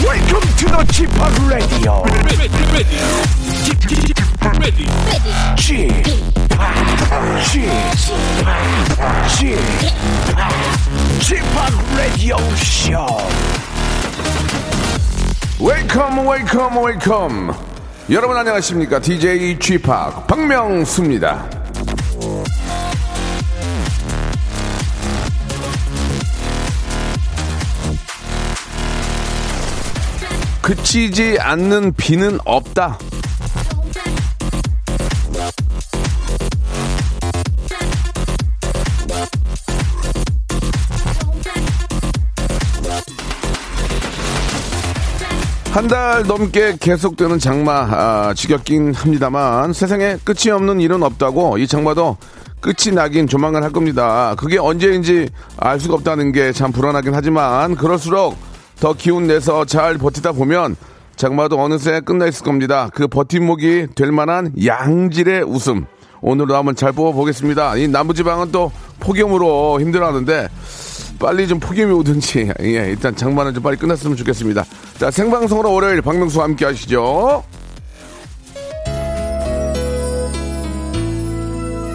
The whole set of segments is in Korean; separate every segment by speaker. Speaker 1: Welcome to the g p o p Radio.
Speaker 2: ready, ready, ready, ready,
Speaker 1: g p o p g p o p p Radio Show.
Speaker 3: 웨이컴 웨이컴 웨이컴 여러분 안녕하십니까 DJ g p o p 박명수입니다 그치지 않는 비는 없다 한 달 넘게 계속되는 장마 아, 지겹긴 합니다만 세상에 끝이 없는 일은 없다고 이 장마도 끝이 나긴 조만간 할 겁니다. 그게 언제인지 알 수가 없다는 게 참 불안하긴 하지만 그럴수록 더 기운 내서 잘 버티다 보면 장마도 어느새 끝나 있을 겁니다. 그 버팀목이 될 만한 양질의 웃음 오늘도 한번 잘 뽑아보겠습니다. 이 남부지방은 또 폭염으로 힘들어하는데 빨리 좀 폭염이 오든지 예, 일단 장마는 좀 빨리 끝났으면 좋겠습니다. 자 생방송으로 월요일 박명수와 함께 하시죠.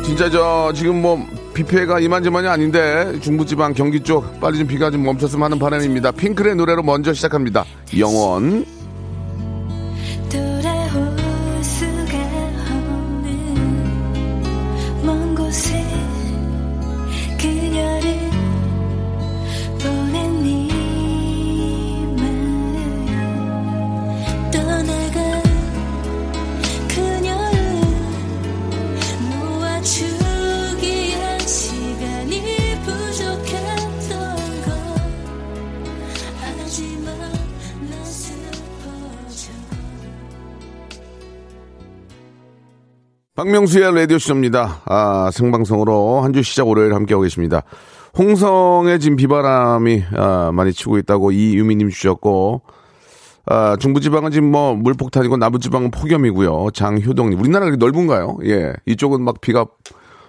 Speaker 3: 진짜 저 지금 뭐 비피해가 이만저만이 아닌데 중부지방 경기 쪽 빨리 좀 비가 좀 멈췄으면 하는 바람입니다. 핑클의 노래로 먼저 시작합니다. 영원.
Speaker 4: 돌아올 수가 없는 먼 곳에 그녀를 보낸 이 마음 떠나간 그녀를 놓아주기엔 시간이 부족했던 것 하지만 난 슬퍼져
Speaker 3: 박명수의 라디오쇼입니다. 아, 생방송으로 한 주 시작 월요일 함께하고 계십니다. 홍성에 지금 비바람이 아, 많이 치고 있다고 이유미님 주셨고, 아, 중부지방은 지금 뭐 물폭탄이고 남부지방은 폭염이고요. 장효동님. 우리나라가 이렇게 넓은가요? 예. 이쪽은 막 비가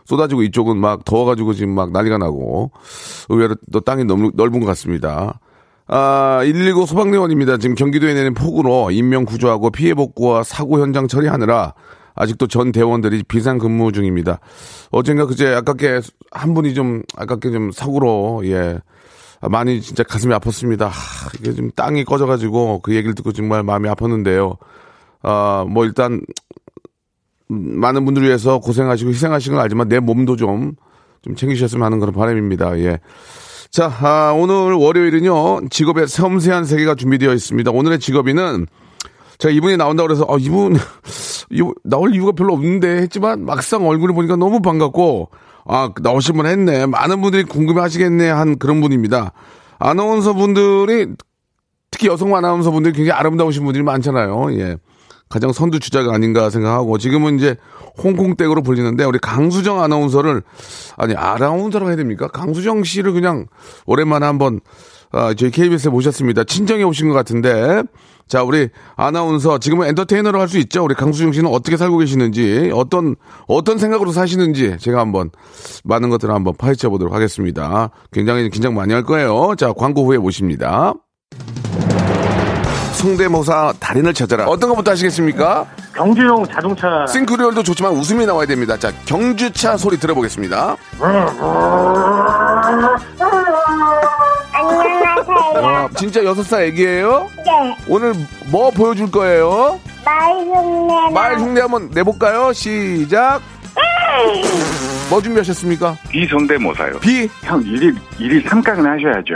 Speaker 3: 쏟아지고 이쪽은 막 더워가지고 지금 막 난리가 나고 의외로 또 땅이 너무 넓은 것 같습니다. 아, 119 소방대원입니다. 지금 경기도에 내린 폭우로 인명 구조하고 피해 복구와 사고 현장 처리하느라 아직도 전 대원들이 비상 근무 중입니다. 어젠가 그제 아깝게 한 분이 좀 아깝게 좀 사고로 예 아, 많이 진짜 가슴이 아팠습니다. 하, 이게 좀 땅이 꺼져가지고 그 얘기를 듣고 정말 마음이 아팠는데요. 아, 뭐 일단 많은 분들을 위해서 고생하시고 희생하신 건 알지만 내 몸도 좀, 좀 챙기셨으면 하는 그런 바람입니다. 예. 자, 아, 오늘 월요일은요, 직업의 섬세한 세계가 준비되어 있습니다. 오늘의 직업인은, 제가 이분이 나온다고 그래서, 아, 이분, 이분 나올 이유가 별로 없는데 했지만, 막상 얼굴을 보니까 너무 반갑고, 아, 나오실 분 했네. 많은 분들이 궁금해 하시겠네. 한 그런 분입니다. 아나운서 분들이 특히 여성 아나운서 분들이 굉장히 아름다우신 분들이 많잖아요. 예. 가장 선두 주자가 아닌가 생각하고 지금은 이제 홍콩댁으로 불리는데 우리 강수정 아나운서를 아니 아나운서라고 해야 됩니까? 강수정 씨를 그냥 오랜만에 한번 아, 저희 KBS에 모셨습니다. 친정에 오신 것 같은데 자 우리 아나운서 지금은 엔터테이너로 할 수 있죠. 우리 강수정 씨는 어떻게 살고 계시는지 어떤 어떤 생각으로 사시는지 제가 한번 많은 것들을 한번 파헤쳐 보도록 하겠습니다. 굉장히 긴장 많이 할 거예요. 자 광고 후에 모십니다. 성대모사 달인을 찾아라. 어떤 것부터 하시겠습니까?
Speaker 5: 경주용 자동차
Speaker 3: 싱크리얼도 좋지만 웃음이 나와야 됩니다. 자, 경주차 소리 들어보겠습니다.
Speaker 6: 안녕하세요.
Speaker 3: 와, 아, 진짜 여섯 살 애기예요?
Speaker 6: 네,
Speaker 3: 오늘 뭐 보여줄 거예요?
Speaker 6: 말흉내나
Speaker 3: 말 흉내 한번 내볼까요? 시작.
Speaker 6: 음.
Speaker 3: 뭐 준비하셨습니까?
Speaker 7: 비성대모사요.
Speaker 3: 비.
Speaker 7: 형 일일 일일 삼각은 하셔야죠.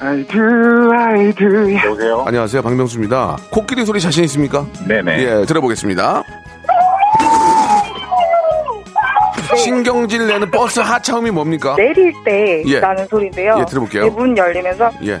Speaker 7: I do, I do.
Speaker 5: 여보세요?
Speaker 3: 안녕하세요, 박명수입니다. 코끼리 소리 자신 있습니까?
Speaker 7: 네네.
Speaker 3: 예,
Speaker 6: 음.
Speaker 3: 들어보겠습니다. 신경질 내는 버스 하차음이 뭡니까?
Speaker 8: 내릴 때
Speaker 3: 예.
Speaker 8: 나는 소리인데요.
Speaker 3: 예, 들어볼게요.
Speaker 8: 예, 문 열리면서
Speaker 3: 예.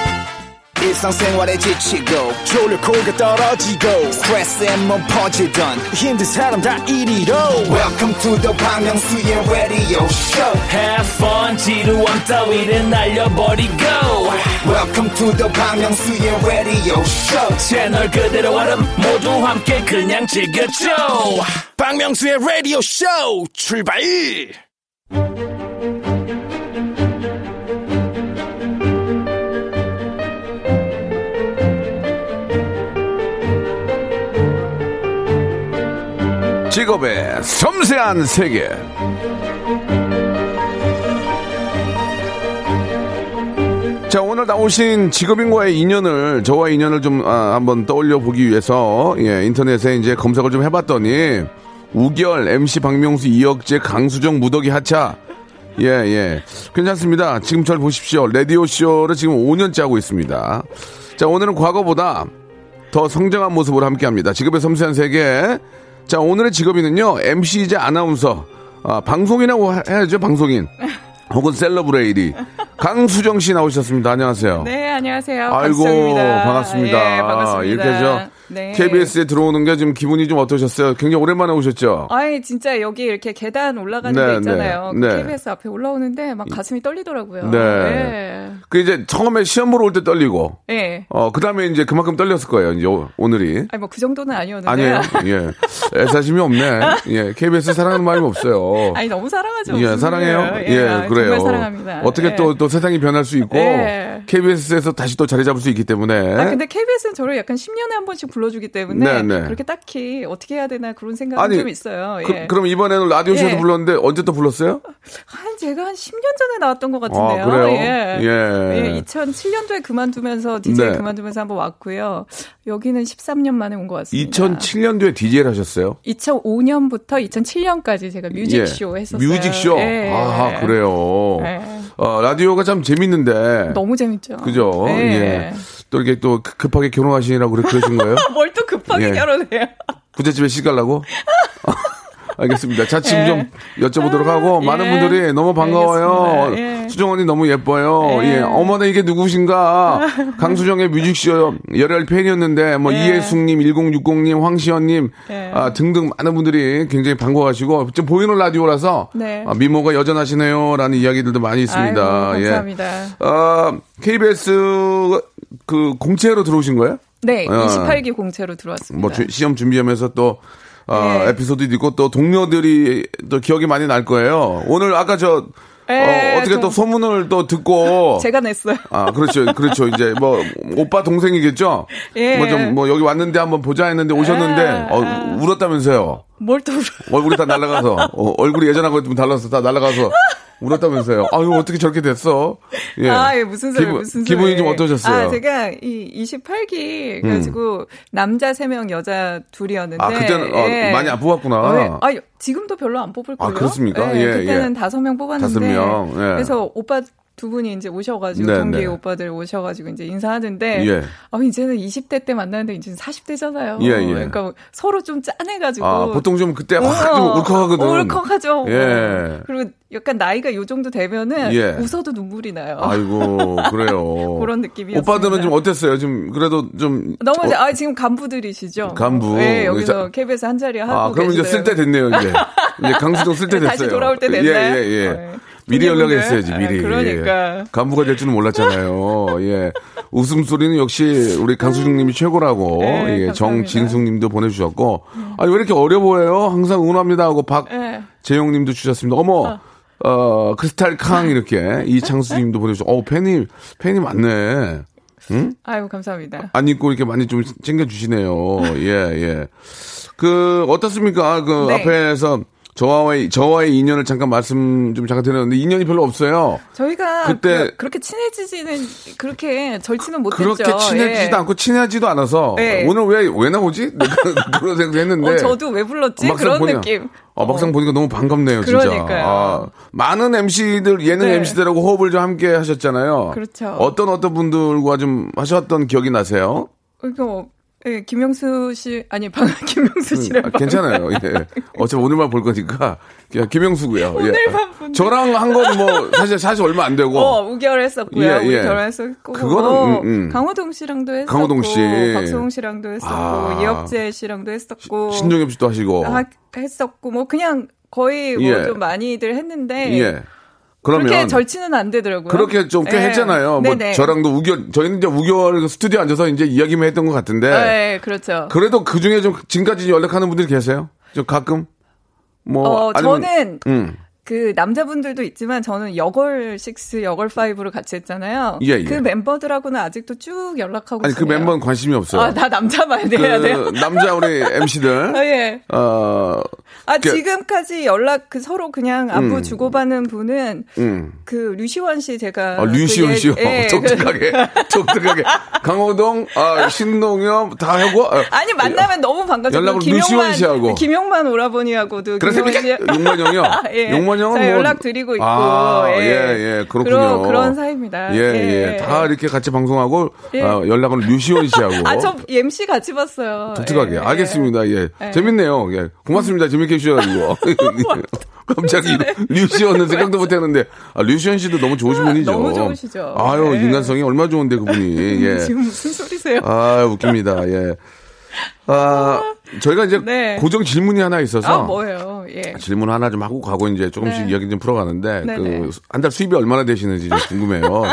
Speaker 5: 일상생활에 지치고, 졸려 코가 떨어지고, 스트레스에 몸 퍼지던, 힘든 사람 다 이리로. welcome to the Bang Myung-soo's radio show
Speaker 8: Have fun 지루함 따위를 날려버리고
Speaker 5: welcome to the Bang Myung-soo's radio show
Speaker 8: 채널 그대로 얼음 모두 함께 그냥 즐겨줘
Speaker 5: 박명수의 라디오 쇼 출발!
Speaker 3: 직업의 섬세한 세계. 자, 오늘 나오신 직업인과의 인연을, 저와 인연을 좀, 아, 한번 떠올려 보기 위해서, 예, 인터넷에 이제 검색을 좀 해봤더니, 우결, MC 박명수, 이혁재, 강수정, 무더기, 하차. 예, 예. 괜찮습니다. 지금 잘 보십시오. 라디오쇼를 지금 5년째 하고 있습니다. 자, 오늘은 과거보다 더 성장한 모습으로 함께 합니다. 직업의 섬세한 세계. 자, 오늘의 직업인은요, MC이자 아나운서, 아, 방송인이라고 하- 해야죠, 방송인. 혹은 셀러브레이디. 강수정 씨 나오셨습니다. 안녕하세요.
Speaker 9: 네, 안녕하세요.
Speaker 3: 아이고,
Speaker 9: 박수정입니다.
Speaker 3: 반갑습니다. 아,
Speaker 9: 예, 반갑습니다.
Speaker 3: 이렇게 저
Speaker 9: 네.
Speaker 3: KBS에 들어오는 게 지금 기분이 좀 어떠셨어요? 굉장히 오랜만에 오셨죠?
Speaker 9: 아이 진짜 여기 이렇게 계단 올라가는
Speaker 3: 네,
Speaker 9: 데 있잖아요.
Speaker 3: 네,
Speaker 9: 그
Speaker 3: 네.
Speaker 9: KBS 앞에 올라오는데 막 가슴이 떨리더라고요.
Speaker 3: 네.
Speaker 9: 예.
Speaker 3: 그 이제 처음에 시험 보러 올 때 떨리고,
Speaker 9: 예.
Speaker 3: 어, 그 다음에 이제 그만큼 떨렸을 거예요, 이제 오- 오늘이.
Speaker 9: 아니 뭐 그 정도는 아니었는데. 아.
Speaker 3: 아니에요. 예. 애사심이 없네. 예. KBS 사랑하는 마음이 없어요.
Speaker 9: 아니, 너무 사랑하죠.
Speaker 3: 예,
Speaker 9: 무슨
Speaker 3: 사랑해요.
Speaker 9: 소리예요.
Speaker 3: 예,
Speaker 9: 아,
Speaker 3: 그래요.
Speaker 9: 정말 사랑합니다.
Speaker 3: 어떻게
Speaker 9: 예.
Speaker 3: 또, 또 세상이 변할 수 있고,
Speaker 9: 예.
Speaker 3: KBS에서 다시 또 자리 잡을 수 있기 때문에.
Speaker 9: 아, 근데 KBS는 저를 약간 10년에 한 번씩 불러주기 때문에
Speaker 3: 예? 네, 네.
Speaker 9: 그렇게 딱히 어떻게 해야 되나 그런 생각은
Speaker 3: 아니,
Speaker 9: 좀 있어요. 예.
Speaker 3: 그, 럼 이번에는 라디오쇼에서
Speaker 9: 예.
Speaker 3: 불렀는데 언제 또 불렀어요?
Speaker 9: 한 제가 한 10년 전에 나왔던 것 같은데요.
Speaker 3: 아, 그래요?
Speaker 9: 예.
Speaker 3: 예.
Speaker 9: 2007년도에 그만두면서 DJ
Speaker 3: 네.
Speaker 9: 그만두면서 한번 왔고요. 여기는 13년 만에 온 것 같습니다.
Speaker 3: 2007년도에 DJ를 하셨어요?
Speaker 9: 2005년부터 2007년까지 제가 뮤직쇼
Speaker 3: 예.
Speaker 9: 했었어요.
Speaker 3: 뮤직쇼?
Speaker 9: 예.
Speaker 3: 아, 그래요.
Speaker 9: 예.
Speaker 3: 어, 라디오가 참 재밌는데.
Speaker 9: 너무 재밌죠.
Speaker 3: 그죠?
Speaker 9: 네.
Speaker 3: 예. 또 이렇게 또 급- 급하게 결혼하시느라고 그래- 그러신 거예요?
Speaker 9: 뭘 또 급하게
Speaker 3: 예.
Speaker 9: 결혼해요?
Speaker 3: 부잣집에 시집갈라고? 어, 알겠습니다. 자, 지금
Speaker 9: 예.
Speaker 3: 좀 여쭤보도록 하고,
Speaker 9: 예.
Speaker 3: 많은 분들이 너무 반가워요.
Speaker 9: 알겠습니다. 예.
Speaker 3: 수정 언니 너무 예뻐요. 예.
Speaker 9: 예.
Speaker 3: 어머나, 이게 누구신가? 강수정의 뮤직쇼 열혈 팬이었는데, 뭐,
Speaker 9: 예.
Speaker 3: 이혜숙님, 1060님, 황시연님,
Speaker 9: 예.
Speaker 3: 아, 등등 많은 분들이 굉장히 반가워하시고, 좀 보이는 라디오라서,
Speaker 9: 네.
Speaker 3: 아, 미모가 여전하시네요. 라는 이야기들도 많이 있습니다.
Speaker 9: 아이고,
Speaker 3: 예.
Speaker 9: 감사합니다.
Speaker 3: 아, KBS 그 공채로 들어오신 거예요?
Speaker 9: 네,
Speaker 3: 아.
Speaker 9: 28기 공채로 들어왔습니다.
Speaker 3: 뭐 주- 시험 준비하면서 또 어,
Speaker 9: 네.
Speaker 3: 에피소드도 있고 또 동료들이 또 기억이 많이 날 거예요. 오늘 아까 저
Speaker 9: 네,
Speaker 3: 어, 떻게
Speaker 9: 좀-
Speaker 3: 또 소문을 또 듣고
Speaker 9: 제가 냈어요.
Speaker 3: 아 그렇죠 그렇죠 이제 뭐 오빠 동생이겠죠.
Speaker 9: 예.
Speaker 3: 뭐 좀 뭐 여기 왔는데 한번 보자 했는데 오셨는데
Speaker 9: 아,
Speaker 3: 어,
Speaker 9: 아.
Speaker 3: 울었다면서요.
Speaker 9: 뭘 또
Speaker 3: 얼굴이 다 날아가서 어, 얼굴이 예전하고 좀 달라서 다 날아가서 울었다면서요. 아유 어떻게 저렇게 됐어? 예.
Speaker 9: 아, 예, 무슨 소리,
Speaker 3: 기분-
Speaker 9: 무슨 소리.
Speaker 3: 기분이 좀 어떠셨어요? 음.
Speaker 9: 아, 제가 이 28기 가지고 남자 3명, 여자 둘이었는데.
Speaker 3: 아, 그때는 어,
Speaker 9: 예.
Speaker 3: 많이 안 뽑았구나.
Speaker 9: 네. 아, 지금도 별로 안 뽑을 거예요.
Speaker 3: 아, 그렇습니까? 예,
Speaker 9: 그때는
Speaker 3: 예.
Speaker 9: 다섯 명 뽑았는데.
Speaker 3: 다섯 명, 예.
Speaker 9: 그래서 오빠 두 분이 이제 오셔가지고
Speaker 3: 네,
Speaker 9: 동기
Speaker 3: 네.
Speaker 9: 오빠들 오셔가지고 이제 인사하는데.
Speaker 3: 예.
Speaker 9: 아, 이제는 20대 때 만나는데 이제는 40대잖아요.
Speaker 3: 예, 예.
Speaker 9: 그러니까 서로 좀 짠해가지고.
Speaker 3: 아, 보통 좀 그때 확
Speaker 9: 어,
Speaker 3: 좀 울컥하거든.
Speaker 9: 울컥하죠. 어.
Speaker 3: 예.
Speaker 9: 그리고 약간 나이가 요 정도 되면은
Speaker 3: 예.
Speaker 9: 웃어도 눈물이 나요.
Speaker 3: 아이고 그래요.
Speaker 9: 그런 느낌이었습니다.
Speaker 3: 오빠들은 좀 어땠어요? 지금 그래도 좀
Speaker 9: 너무 이제
Speaker 3: 어,
Speaker 9: 아 지금 간부들이시죠?
Speaker 3: 간부.
Speaker 9: 네,
Speaker 3: 그래서-
Speaker 9: 여기서 KBS 한 자리 하고
Speaker 3: 아 그럼 이제
Speaker 9: 계시더라고요.
Speaker 3: 쓸 때 됐네요 이제 이제 강수동 쓸 때 됐어요.
Speaker 9: 다시 돌아올 때 됐나요?
Speaker 3: 예예 예.
Speaker 9: 네.
Speaker 3: 미리
Speaker 9: 동료분들.
Speaker 3: 연락했어야지 미리.
Speaker 9: 아, 그러니까.
Speaker 3: 간부가 될 줄은 몰랐잖아요. 예. 웃음 소리는 역시 우리 강수중님이 최고라고.
Speaker 9: 네,
Speaker 3: 예.
Speaker 9: 감사합니다. 음.
Speaker 3: 정진숙님도 보내주셨고 아니 왜 이렇게 어려 보여요? 항상 응원합니다 하고
Speaker 9: 네.
Speaker 3: 박재용님도 주셨습니다. 어머. 어, 크리스탈 캉, 이렇게, 이창수님도 보내주셨고, 어, 팬이, 팬이 많네.
Speaker 9: 아유 감사합니다.
Speaker 3: 안 입고 이렇게 많이 좀 챙겨주시네요. 예, 예. 그, 어떻습니까? 그
Speaker 9: 네.
Speaker 3: 앞에서 저와의, 저와의 인연을 잠깐 말씀 좀 잠깐 드렸는데, 인연이 별로 없어요.
Speaker 9: 저희가
Speaker 3: 그때- 아,
Speaker 9: 그, 그렇게 친해지지는 그렇게 절친은 못했죠.
Speaker 3: 그렇게 친해지지도
Speaker 9: 예.
Speaker 3: 않고 친하지도 않아서,
Speaker 9: 네.
Speaker 3: 오늘 왜, 왜 나오지? 내가 그런 생각 했는데.
Speaker 9: 어, 저도 왜 불렀지?
Speaker 3: 막상
Speaker 9: 그런
Speaker 3: 보냐-
Speaker 9: 느낌.
Speaker 3: 아, 막상
Speaker 9: 어.
Speaker 3: 보니까 너무 반갑네요, 진짜.
Speaker 9: 그러니까요.
Speaker 3: 아, 많은 MC들, 예능
Speaker 9: 네.
Speaker 3: MC들하고 호흡을 좀 함께 하셨잖아요.
Speaker 9: 그렇죠.
Speaker 3: 어떤 어떤 분들과 좀 하셨던 기억이 나세요?
Speaker 9: 그러니까 뭐 예, 김영수 씨 아니 방 김영수 씨랑
Speaker 3: 아,
Speaker 9: 방-
Speaker 3: 괜찮아요. 예. 어차피 오늘만 볼 거니까 그냥 김영수고요. 예.
Speaker 9: 오늘만 본다.
Speaker 3: 저랑 한 건 뭐 사실 사실 얼마 안 되고
Speaker 9: 어, 우결했었고요.
Speaker 3: 예,
Speaker 9: 우리
Speaker 3: 예.
Speaker 9: 결혼했었고. 어,
Speaker 3: 그거는, 음, 음.
Speaker 9: 강호동 씨랑도 했었고.
Speaker 3: 강호동 씨.
Speaker 9: 박소홍 씨랑도 했었고.
Speaker 3: 아.
Speaker 9: 이혁재 씨랑도 했었고.
Speaker 3: 신동엽 씨도 하시고
Speaker 9: 뭐.
Speaker 3: 어.
Speaker 9: 아, 했었고 뭐 그냥 거의 뭐
Speaker 3: 예.
Speaker 9: 좀 많이들 했는데
Speaker 3: 예. 그러면
Speaker 9: 그렇게 절친은 안 되더라고요.
Speaker 3: 그렇게 좀 꽤
Speaker 9: 예.
Speaker 3: 했잖아요. 뭐
Speaker 9: 네네.
Speaker 3: 저랑도 우결 저희는 이제 우결 스튜디오 앉아서 이제 이야기만 했던 것 같은데
Speaker 9: 예, 그렇죠.
Speaker 3: 그래도 그 중에 좀 지금까지 연락하는 분들이 계세요? 좀 가끔 뭐
Speaker 9: 어,
Speaker 3: 아니면-
Speaker 9: 저는
Speaker 3: 음.
Speaker 9: 그 남자분들도 있지만 저는 여걸 6, 여걸 5로 같이 했잖아요.
Speaker 3: 예, 예.
Speaker 9: 그 멤버들하고는 아직도 쭉 연락하고
Speaker 3: 아니 그
Speaker 9: 지내요.
Speaker 3: 멤버는 관심이 없어요.
Speaker 9: 아, 네. 나 남자만
Speaker 3: 그
Speaker 9: 해야 돼요.
Speaker 3: 남자 우리
Speaker 9: 아,
Speaker 3: MC들
Speaker 9: 예.
Speaker 3: 어
Speaker 9: 아,
Speaker 3: 그-
Speaker 9: 지금까지 연락 그 서로 그냥 안부
Speaker 3: 음.
Speaker 9: 주고받는 분은
Speaker 3: 음.
Speaker 9: 그 류시원 씨 제가
Speaker 3: 아,
Speaker 9: 그
Speaker 3: 류시원
Speaker 9: 예-
Speaker 3: 씨요.
Speaker 9: 예, 그-
Speaker 3: 독특하게, 독특하게. 강호동, 아, 신동엽 다 하고. 아,
Speaker 9: 아니 만나면 너무 반가워.
Speaker 3: 연락을 류시원 씨하고.
Speaker 9: 김용만 오라버니하고도
Speaker 3: 아, 그렇습니까? 뭐?
Speaker 9: 김용만 씨-
Speaker 3: 용만형이요.
Speaker 9: 아, 예.
Speaker 3: 용만형은
Speaker 9: 잘
Speaker 3: 뭐-
Speaker 9: 연락드리고 있고.
Speaker 3: 아, 예, 예, 그렇군요.
Speaker 9: 그런, 그런 사이입니다.
Speaker 3: 예, 예, 다 이렇게 같이 방송하고
Speaker 9: 예.
Speaker 3: 어, 연락은 류시원 씨하고.
Speaker 9: 아, 저 MC 같이 봤어요.
Speaker 3: 독특하게.
Speaker 9: 예, 예.
Speaker 3: 알겠습니다. 예.
Speaker 9: 예.
Speaker 3: 재밌네요. 예. 고맙습니다. 재밌게 해주셔가지고. 갑자기
Speaker 9: 네.
Speaker 3: 류시원은 생각도 못 했는데. 아, 류시원 씨도 너무 좋으신 분이죠.
Speaker 9: 너무 좋으시죠.
Speaker 3: 아유,
Speaker 9: 예.
Speaker 3: 인간성이 얼마나 좋은데, 그분이. 예.
Speaker 9: 지금 무슨 소리세요?
Speaker 3: 아 웃깁니다. 예. 아 저희가 이제
Speaker 9: 네.
Speaker 3: 고정 질문이 하나
Speaker 9: 아,
Speaker 3: 있어서
Speaker 9: 뭐예요? 예.
Speaker 3: 질문 하나 좀 하고 가고 이제 조금씩
Speaker 9: 네.
Speaker 3: 이야기 좀 풀어가는데
Speaker 9: 네네.
Speaker 3: 그 한 달 수입이 얼마나 되시는지 좀 궁금해요.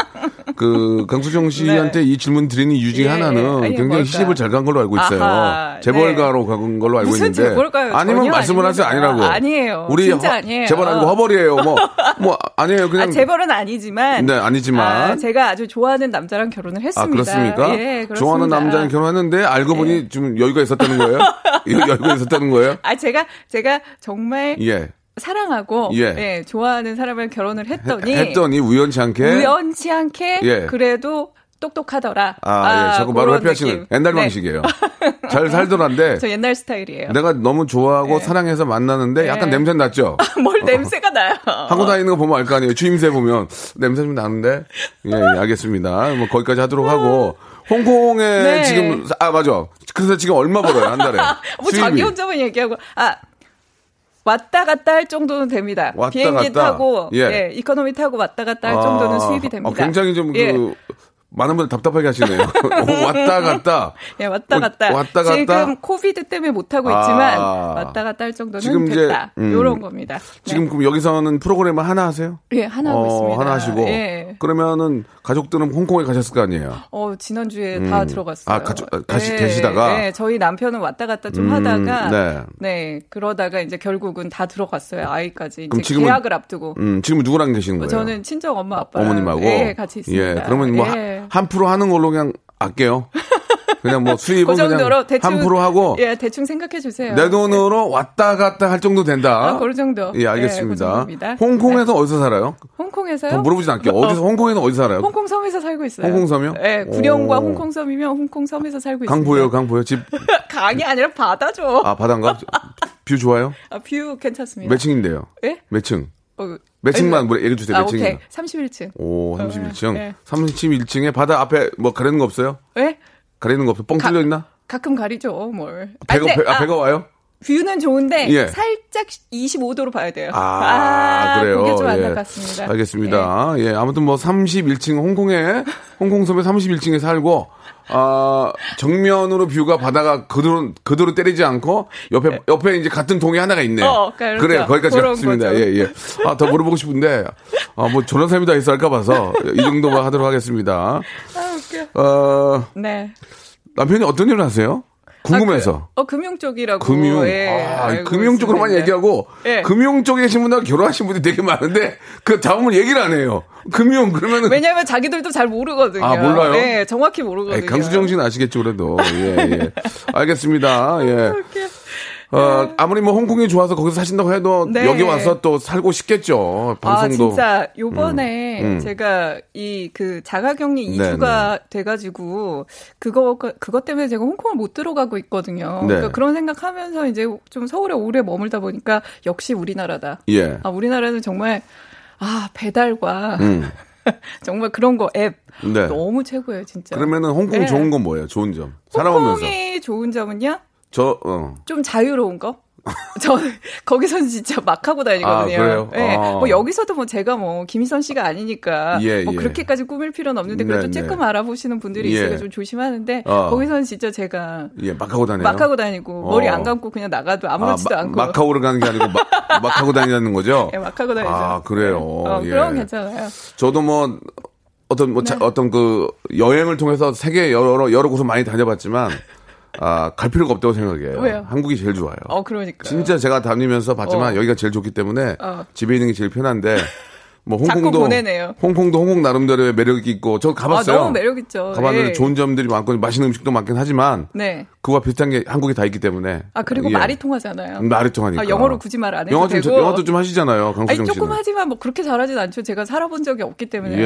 Speaker 3: 그 강수정 씨한테 이 질문 드리는 이유 중에
Speaker 9: 네. 예,
Speaker 3: 하나는
Speaker 9: 예. 아니,
Speaker 3: 굉장히
Speaker 9: 뭘까요?
Speaker 3: 시집을 잘 간 걸로 알고 있어요.
Speaker 9: 아하, 네.
Speaker 3: 재벌가로 간 걸로 알고
Speaker 9: 무슨
Speaker 3: 있는데
Speaker 9: 재벌가요?
Speaker 3: 아니면
Speaker 9: 전혀
Speaker 3: 말씀을 하세요
Speaker 9: 아닙니다.
Speaker 3: 아니라고.
Speaker 9: 아니에요.
Speaker 3: 우리
Speaker 9: 진짜
Speaker 3: 허-
Speaker 9: 아니에요.
Speaker 3: 재벌 아니고 허벌이에요. 뭐 뭐 아니에요. 그냥
Speaker 9: 아, 재벌은 아니지만.
Speaker 3: 네, 아니지만.
Speaker 9: 아, 제가 아주 좋아하는 남자랑 결혼을 했습니다.
Speaker 3: 아, 그렇습니까?
Speaker 9: 예, 그렇습니다. 예.
Speaker 3: 좋아하는 남자는 결혼했는데 알고 보니 좀 여유가 있었다는 거예요? 여- 여유가 있었다는 거예요?
Speaker 9: 아, 제가, 제가 정말
Speaker 3: 예.
Speaker 9: 사랑하고.
Speaker 3: 예.
Speaker 9: 예. 좋아하는 사람을 결혼을 했더니.
Speaker 3: 했더니 우연치 않게
Speaker 9: 우연치 않게.
Speaker 3: 예.
Speaker 9: 그래도 똑똑하더라.
Speaker 3: 아, 예. 자꾸 말을
Speaker 9: 그런
Speaker 3: 회피하시는
Speaker 9: 느낌.
Speaker 3: 옛날
Speaker 9: 네.
Speaker 3: 방식이에요. 네. 잘 살더란데
Speaker 9: 저 옛날 스타일이에요.
Speaker 3: 내가 너무 좋아하고 사랑해서 만나는데 약간
Speaker 9: 네.
Speaker 3: 냄새 났죠?
Speaker 9: 뭘 냄새가 나요.
Speaker 3: 하고 다니는 거 보면 알 거 아니에요. 주임새 보면 냄새 좀 나는데 예, 예, 알겠습니다. 뭐 거기까지 하도록 하고 홍콩에
Speaker 9: 네.
Speaker 3: 지금 아 맞아. 그래서 지금 얼마 벌어요 한 달에?
Speaker 9: 뭐 자기 혼자만 얘기하고 아 왔다 갔다 할 정도는 됩니다.
Speaker 3: 왔다
Speaker 9: 비행기
Speaker 3: 갔다.
Speaker 9: 타고
Speaker 3: 예.
Speaker 9: 예. 이코노미 타고 왔다 갔다 할 정도는 수입이 됩니다.
Speaker 3: 아, 굉장히 좀 그
Speaker 9: 예.
Speaker 3: 많은 분들 답답하게 하시네요. 오, 왔다 갔다.
Speaker 9: 예, 왔다
Speaker 3: 어,
Speaker 9: 갔다.
Speaker 3: 왔다 갔다.
Speaker 9: 지금 코비드 때문에 못 하고
Speaker 3: 아.
Speaker 9: 있지만 왔다 갔다 할 정도는
Speaker 3: 지금 이제,
Speaker 9: 됐다.
Speaker 3: 음.
Speaker 9: 요런 겁니다.
Speaker 3: 지금
Speaker 9: 네.
Speaker 3: 그럼 여기서는 프로그램을 하나 하세요?
Speaker 9: 예, 하나 하고 있습니다.
Speaker 3: 어, 하나 하시고
Speaker 9: 예.
Speaker 3: 그러면은 가족들은 홍콩에 가셨을 거 아니에요.
Speaker 9: 어, 지난주에 다 들어갔어요.
Speaker 3: 아, 가시- 아, 가시- 계시다가?
Speaker 9: 예, 저희 남편은 왔다 갔다 좀
Speaker 3: 음,
Speaker 9: 하다가
Speaker 3: 네.
Speaker 9: 네. 그러다가 이제 결국은 다 들어갔어요. 아이까지 이제
Speaker 3: 그럼 지금은-
Speaker 9: 계약을 앞두고 어,
Speaker 3: 음, 지금 누구랑 계시는 거예요?
Speaker 9: 저는 친정 엄마 아빠
Speaker 3: 어머님하고
Speaker 9: 예, 같이 있습니다.
Speaker 3: 예, 그러면 뭐 한
Speaker 9: 예.
Speaker 3: 프로 하는 걸로 그냥 아껴요. 그냥 뭐 수입은
Speaker 9: 그 정도로
Speaker 3: 그냥
Speaker 9: 대충
Speaker 3: 한 프로 하고
Speaker 9: 예 대충 생각해 주세요.
Speaker 3: 내 돈으로 왔다 갔다 할 정도 된다.
Speaker 9: 아, 그 정도.
Speaker 3: 예,
Speaker 9: 예, 그
Speaker 3: 알겠습니다.
Speaker 9: 정도입니다. 네.
Speaker 3: 홍콩에서 어디서 살아요?
Speaker 9: 홍콩에서요?
Speaker 3: 더 물어보진 않게요. 어디서 홍콩에서 어디 살아요?
Speaker 9: 홍콩 섬에서 살고 있어요.
Speaker 3: 홍콩 섬이요?
Speaker 9: 예, 구령과
Speaker 3: 오.
Speaker 9: 홍콩 섬이면 홍콩 섬에서 살고 있어요.
Speaker 3: 강 보여요, 강 보여. 집,
Speaker 9: 강이 아니라 바다죠.
Speaker 3: 아, 바다인가? 뷰 좋아요?
Speaker 9: 아, 뷰 괜찮습니다.
Speaker 3: 몇 층인데요?
Speaker 9: 예?
Speaker 3: 몇 층?
Speaker 9: 어,
Speaker 3: 몇 층만
Speaker 9: 아니,
Speaker 3: 뭐 얘기해주세요,
Speaker 9: 아,
Speaker 3: 몇 층이나.
Speaker 9: 오케이. 31층.
Speaker 3: 오, 31층.
Speaker 9: 네.
Speaker 3: 31층에 바다 앞에 뭐 가리는 거 없어요?
Speaker 9: 예?
Speaker 3: 가리는 거 없어? 뻥
Speaker 9: 가-
Speaker 3: 뚫려 있나?
Speaker 9: 가끔 가리죠, 뭘. 아,
Speaker 3: 배가,
Speaker 9: 근데,
Speaker 3: 배, 아,
Speaker 9: 아,
Speaker 3: 배가 와요?
Speaker 9: 뷰는 좋은데
Speaker 3: 예.
Speaker 9: 살짝 25도로 봐야 돼요.
Speaker 3: 아, 그래요.
Speaker 9: 그게 좀
Speaker 3: 예.
Speaker 9: 안타깝습니다.
Speaker 3: 알겠습니다. 예. 아무튼 뭐 31층 홍콩에 홍콩섬에 31층에 살고 아, 정면으로 뷰가 바다가 그대로 그대로 때리지 않고 옆에 옆에 이제 같은 동이 하나가 있네요.
Speaker 9: 예. 어, 그렇죠.
Speaker 3: 래요 거기까지
Speaker 9: 그런
Speaker 3: 갔습니다.
Speaker 9: 거죠.
Speaker 3: 예, 예. 아, 더 물어보고 싶은데 아, 뭐 저런 사람이 다 있어 할까 봐서 이 정도만 하도록 하겠습니다.
Speaker 9: 아, 웃겨.
Speaker 3: 어,
Speaker 9: 네.
Speaker 3: 남편이 어떤 일을 하세요? 궁금해서.
Speaker 9: 아, 그, 어, 금융 쪽이라고.
Speaker 3: 금융.
Speaker 9: 예,
Speaker 3: 아,
Speaker 9: 알고
Speaker 3: 금융 쪽으로만
Speaker 9: 있습니다.
Speaker 3: 얘기하고
Speaker 9: 예.
Speaker 3: 금융 쪽에 계신 분하고 결혼하신 분들이 되게 많은데 그 다음은 얘기를 안 해요. 금융 그러면은
Speaker 9: 왜냐면 자기들도 잘 모르거든요.
Speaker 3: 아, 몰라요?
Speaker 9: 예, 정확히 모르거든요.
Speaker 3: 아니, 강수정 씨는 아시겠죠 그래도 예, 예. 알겠습니다.
Speaker 9: 아,
Speaker 3: 예. 어, 아무리 뭐 홍콩이 좋아서 거기서 사신다고 해도
Speaker 9: 네.
Speaker 3: 여기 와서 또 살고 싶겠죠.
Speaker 9: 아,
Speaker 3: 방송도
Speaker 9: 진짜, 요번에
Speaker 3: 음, 음.
Speaker 9: 제가 이 그 자가격리
Speaker 3: 네,
Speaker 9: 2주가 돼가지고, 그거, 그것 때문에 제가 홍콩을 못 들어가고 있거든요.
Speaker 3: 네.
Speaker 9: 그러니까 그런 생각하면서 이제 좀 서울에 오래 머물다 보니까 역시 우리나라다.
Speaker 3: 예.
Speaker 9: 아, 우리나라는 정말, 아, 배달과
Speaker 3: 음.
Speaker 9: 정말 그런 거 앱.
Speaker 3: 네.
Speaker 9: 너무 최고예요, 진짜.
Speaker 3: 그러면은 홍콩
Speaker 9: 네.
Speaker 3: 좋은 건 뭐예요? 좋은 점. 살아오면서.
Speaker 9: 홍콩의 좋은 점은요?
Speaker 3: 저, 어.
Speaker 9: 좀 자유로운 거? 저 거기서는 진짜 막 하고 다니거든요.
Speaker 3: 아, 그래요?
Speaker 9: 예.
Speaker 3: 아.
Speaker 9: 뭐 여기서도 뭐 제가 뭐 김희선 씨가 아니니까
Speaker 3: 예,
Speaker 9: 뭐
Speaker 3: 예.
Speaker 9: 그렇게까지 꾸밀 필요는 없는데 그래도
Speaker 3: 네,
Speaker 9: 조금
Speaker 3: 네.
Speaker 9: 알아보시는 분들이
Speaker 3: 예.
Speaker 9: 있으니까 좀 조심하는데
Speaker 3: 어.
Speaker 9: 거기서는 진짜 제가
Speaker 3: 예, 막 하고 다녀요.
Speaker 9: 막 하고 다니고 머리
Speaker 3: 어.
Speaker 9: 안 감고 그냥 나가도
Speaker 3: 아,
Speaker 9: 아무렇지도
Speaker 3: 마-
Speaker 9: 않고
Speaker 3: 마카오를 가는 게 아니고 마, 막 하고 다니는 거죠?
Speaker 9: 예, 막 하고 다니죠.
Speaker 3: 아, 그래요.
Speaker 9: 어,
Speaker 3: 예.
Speaker 9: 그럼 괜찮아요. 네.
Speaker 3: 저도 뭐 어떤 뭐 자- 어떤 그 여행을 통해서 세계 여러 여러 곳을 많이 다녀봤지만 아, 갈 필요가 없다고 생각해요.
Speaker 9: 왜요?
Speaker 3: 한국이 제일 좋아요.
Speaker 9: 어, 그러니까.
Speaker 3: 진짜 제가 다니면서 봤지만
Speaker 9: 어.
Speaker 3: 여기가 제일 좋기 때문에
Speaker 9: 어.
Speaker 3: 집에 있는 게 제일 편한데 뭐
Speaker 9: 자꾸
Speaker 3: 홍콩도
Speaker 9: 보내네요.
Speaker 3: 홍콩도 홍콩 나름대로의 매력이 있고 저 가봤어요.
Speaker 9: 아, 너무 매력 있죠.
Speaker 3: 가봤는데
Speaker 9: 예.
Speaker 3: 좋은 점들이 많고 맛있는 음식도 많긴 하지만
Speaker 9: 네.
Speaker 3: 그와 비슷한 게 한국이 다 있기 때문에
Speaker 9: 아 그리고
Speaker 3: 예.
Speaker 9: 말이 통하잖아요.
Speaker 3: 말이 통하니까
Speaker 9: 아, 영어로 굳이 말 안 해도
Speaker 3: 영어 좀
Speaker 9: 되고.
Speaker 3: 영어도 좀 하시잖아요, 강수정
Speaker 9: 아니
Speaker 3: 씨는.
Speaker 9: 조금 하지만 뭐 그렇게 잘하진 않죠. 제가 살아본 적이 없기 때문에.
Speaker 3: 예,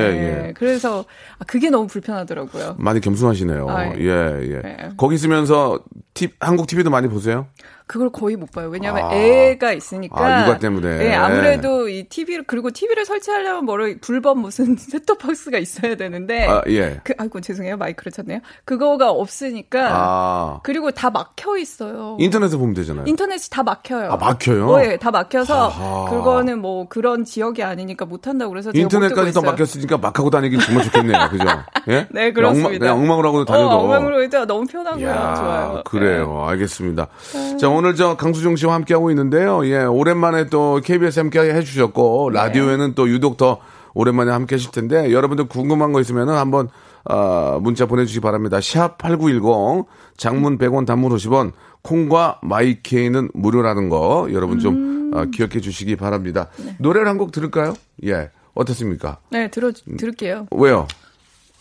Speaker 3: 예.
Speaker 9: 그래서 아, 그게 너무 불편하더라고요.
Speaker 3: 많이 겸손하시네요.
Speaker 9: 아,
Speaker 3: 예, 예.
Speaker 9: 예.
Speaker 3: 거기 있으면서 팁, 한국 TV도 많이 보세요?
Speaker 9: 그걸 거의 못 봐요. 왜냐하면
Speaker 3: 아.
Speaker 9: 애가 있으니까.
Speaker 3: 아, 육아 때문에.
Speaker 9: 예, 아무래도 이 TV를 그리고 TV를 설치하려면 뭐를 불법 무슨 셋톱 박스가 있어야 되는데.
Speaker 3: 아, 예.
Speaker 9: 그 아이고 죄송해요 마이크를 쳤네요. 그거가 없으니까.
Speaker 3: 아,
Speaker 9: 그리고 다 막혀 있어요.
Speaker 3: 인터넷에 보면 되잖아요.
Speaker 9: 인터넷이 다 막혀요.
Speaker 3: 아, 막혀요?
Speaker 9: 어, 예, 다 막혀서
Speaker 3: 아하.
Speaker 9: 그거는 뭐 그런 지역이 아니니까 못 한다고 그래서 제가 못
Speaker 3: 인터넷까지 다
Speaker 9: 듣고 있어요.
Speaker 3: 막혔으니까 막 하고 다니기 정말 좋겠네요. 그죠? 예?
Speaker 9: 네, 그렇습니다.
Speaker 3: 엉망, 으로 하고
Speaker 9: 어,
Speaker 3: 다녀도.
Speaker 9: 엉망으로 이제 너무 편하고요.
Speaker 3: 이야,
Speaker 9: 네, 좋아요. 네.
Speaker 3: 그래요. 알겠습니다. 자, 오늘 저 강수정 씨와 함께하고 있는데요. 예, 오랜만에 또 KBS 함께 해주셨고,
Speaker 9: 네.
Speaker 3: 라디오에는 또 유독 더 오랜만에 함께 하실 텐데, 여러분들 궁금한 거 있으면은 한번, 아, 문자 보내주시기 바랍니다. 샵8910, 장문 100원, 단문 50원, 콩과 마이케이는 무료라는 거, 여러분 좀
Speaker 9: 음.
Speaker 3: 아, 기억해 주시기 바랍니다. 노래를 한 곡 들을까요? 예. 어떻습니까?
Speaker 9: 네, 들어 들을게요.
Speaker 3: 왜요?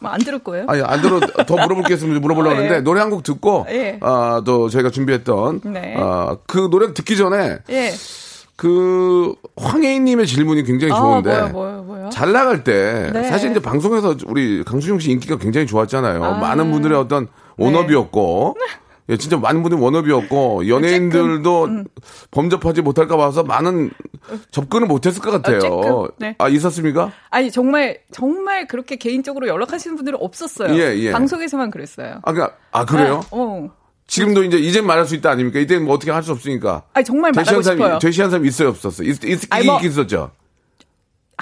Speaker 9: 뭐안 들을 거예요?
Speaker 3: 아니 안 들어 더 물어볼 게 있으면 물어보려고
Speaker 9: 아, 예.
Speaker 3: 하는데 노래 한 곡 듣고
Speaker 9: 예.
Speaker 3: 아, 또 저희가 준비했던
Speaker 9: 네.
Speaker 3: 아, 그 노래 듣기 전에
Speaker 9: 예.
Speaker 3: 그 황혜인님의 질문이 굉장히
Speaker 9: 아,
Speaker 3: 좋은데
Speaker 9: 뭐요, 뭐요, 뭐요?
Speaker 3: 잘 나갈 때
Speaker 9: 네.
Speaker 3: 사실 이제 방송에서 우리 강수정 씨 인기가 굉장히 좋았잖아요.
Speaker 9: 아. 네.
Speaker 3: 많은 분들의 어떤 워너비였고 예, 진짜 많은 분들이 워너비였고 연예인들도
Speaker 9: 음.
Speaker 3: 범접하지 못할까 봐서 많은 접근을 못했을 것 같아요.
Speaker 9: 조금, 네.
Speaker 3: 아 있었습니까?
Speaker 9: 아니 정말 정말 그렇게 개인적으로 연락하시는 분들은 없었어요.
Speaker 3: 예, 예.
Speaker 9: 방송에서만 그랬어요.
Speaker 3: 아, 그러니까- 아 그래요?
Speaker 9: 아, 어.
Speaker 3: 지금도 이제 이젠 말할 수 있다 아닙니까? 이때는 뭐 어떻게 할 수 없으니까.
Speaker 9: 아니 정말 말하고
Speaker 3: 되시한
Speaker 9: 싶어요.
Speaker 3: 사람이 되시한 사람이 있어요 없었어? 있, 있,
Speaker 9: 아니,
Speaker 3: 이-
Speaker 9: 뭐-
Speaker 3: 있었죠.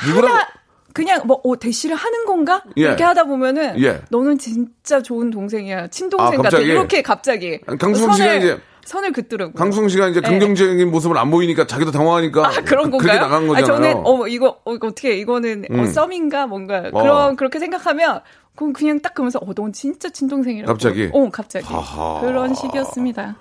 Speaker 3: 누구랑
Speaker 9: 하다 그냥 뭐 어, 대시를 하는 건가?
Speaker 3: 예.
Speaker 9: 이렇게 하다 보면은
Speaker 3: 예.
Speaker 9: 너는 진짜 좋은 동생이야.
Speaker 3: 아,
Speaker 9: 친동생 같아.
Speaker 3: 갑자기?
Speaker 9: 이렇게 갑자기
Speaker 3: 아니, 강수홍 씨가
Speaker 9: 선을-
Speaker 3: 이제-
Speaker 9: 선을 긋더라고요.
Speaker 3: 강승 씨가 이제
Speaker 9: 예.
Speaker 3: 긍정적인 모습을 안 보이니까 자기도 당황하니까
Speaker 9: 아, 그런 건가요?
Speaker 3: 그렇게 나간
Speaker 9: 아니,
Speaker 3: 거잖아요.
Speaker 9: 저는 어 이거 어, 이거 어떻게 이거는 어,
Speaker 3: 음.
Speaker 9: 썸인가 뭔가
Speaker 3: 어.
Speaker 9: 그런 그렇게 생각하면 그럼 그냥 딱 그러면서 어넌 진짜 친동생이라고.
Speaker 3: 갑자기?
Speaker 9: 어 갑자기.
Speaker 3: 아하.
Speaker 9: 그런 식이었습니다.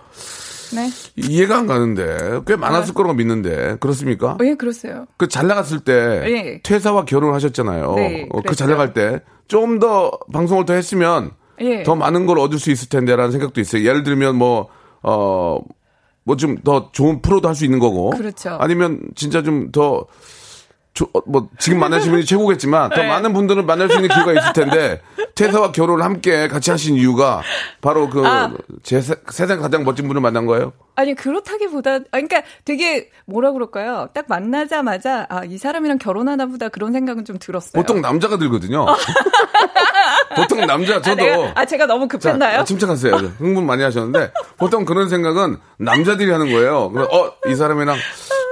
Speaker 9: 네.
Speaker 3: 이해가 안 가는데 꽤
Speaker 9: 아.
Speaker 3: 많았을 거라고 믿는데 그렇습니까?
Speaker 9: 어, 예 그랬어요.
Speaker 3: 그 잘 나갔을 때
Speaker 9: 예.
Speaker 3: 퇴사와 결혼하셨잖아요.
Speaker 9: 네,
Speaker 3: 그 잘
Speaker 9: 그랬어요.
Speaker 3: 나갈 때 좀 더 방송을 더 했으면
Speaker 9: 예.
Speaker 3: 더 많은 걸 얻을 수 있을 텐데라는 생각도 있어요. 예를 들면 뭐 어. 뭐 좀 더 좋은 프로도 할 수 있는 거고.
Speaker 9: 그렇죠.
Speaker 3: 아니면 진짜 좀더 뭐 지금 만나신 분이 최고겠지만
Speaker 9: 네.
Speaker 3: 더 많은 분들을 만날 수 있는 기회가 있을 텐데 퇴사와 결혼을 함께 같이 하신 이유가 바로 그
Speaker 9: 아.
Speaker 3: 제 세- 세상 가장 멋진 분을 만난 거예요.
Speaker 9: 아니 그렇다기보다 아 그러니까 되게 뭐라 그럴까요? 딱 만나자마자 아 이 사람이랑 결혼하나 보다 그런 생각은 좀 들었어요.
Speaker 3: 보통 남자가 들거든요. 보통 남자
Speaker 9: 네. 아,
Speaker 3: 저도
Speaker 9: 내가- 아, 제가 너무
Speaker 3: 자,
Speaker 9: 급했나요?
Speaker 3: 아, 침착하세요. 흥분 많이 하셨는데 보통 그런 생각은 남자들이 하는 거예요. 그래서 어이 사람이랑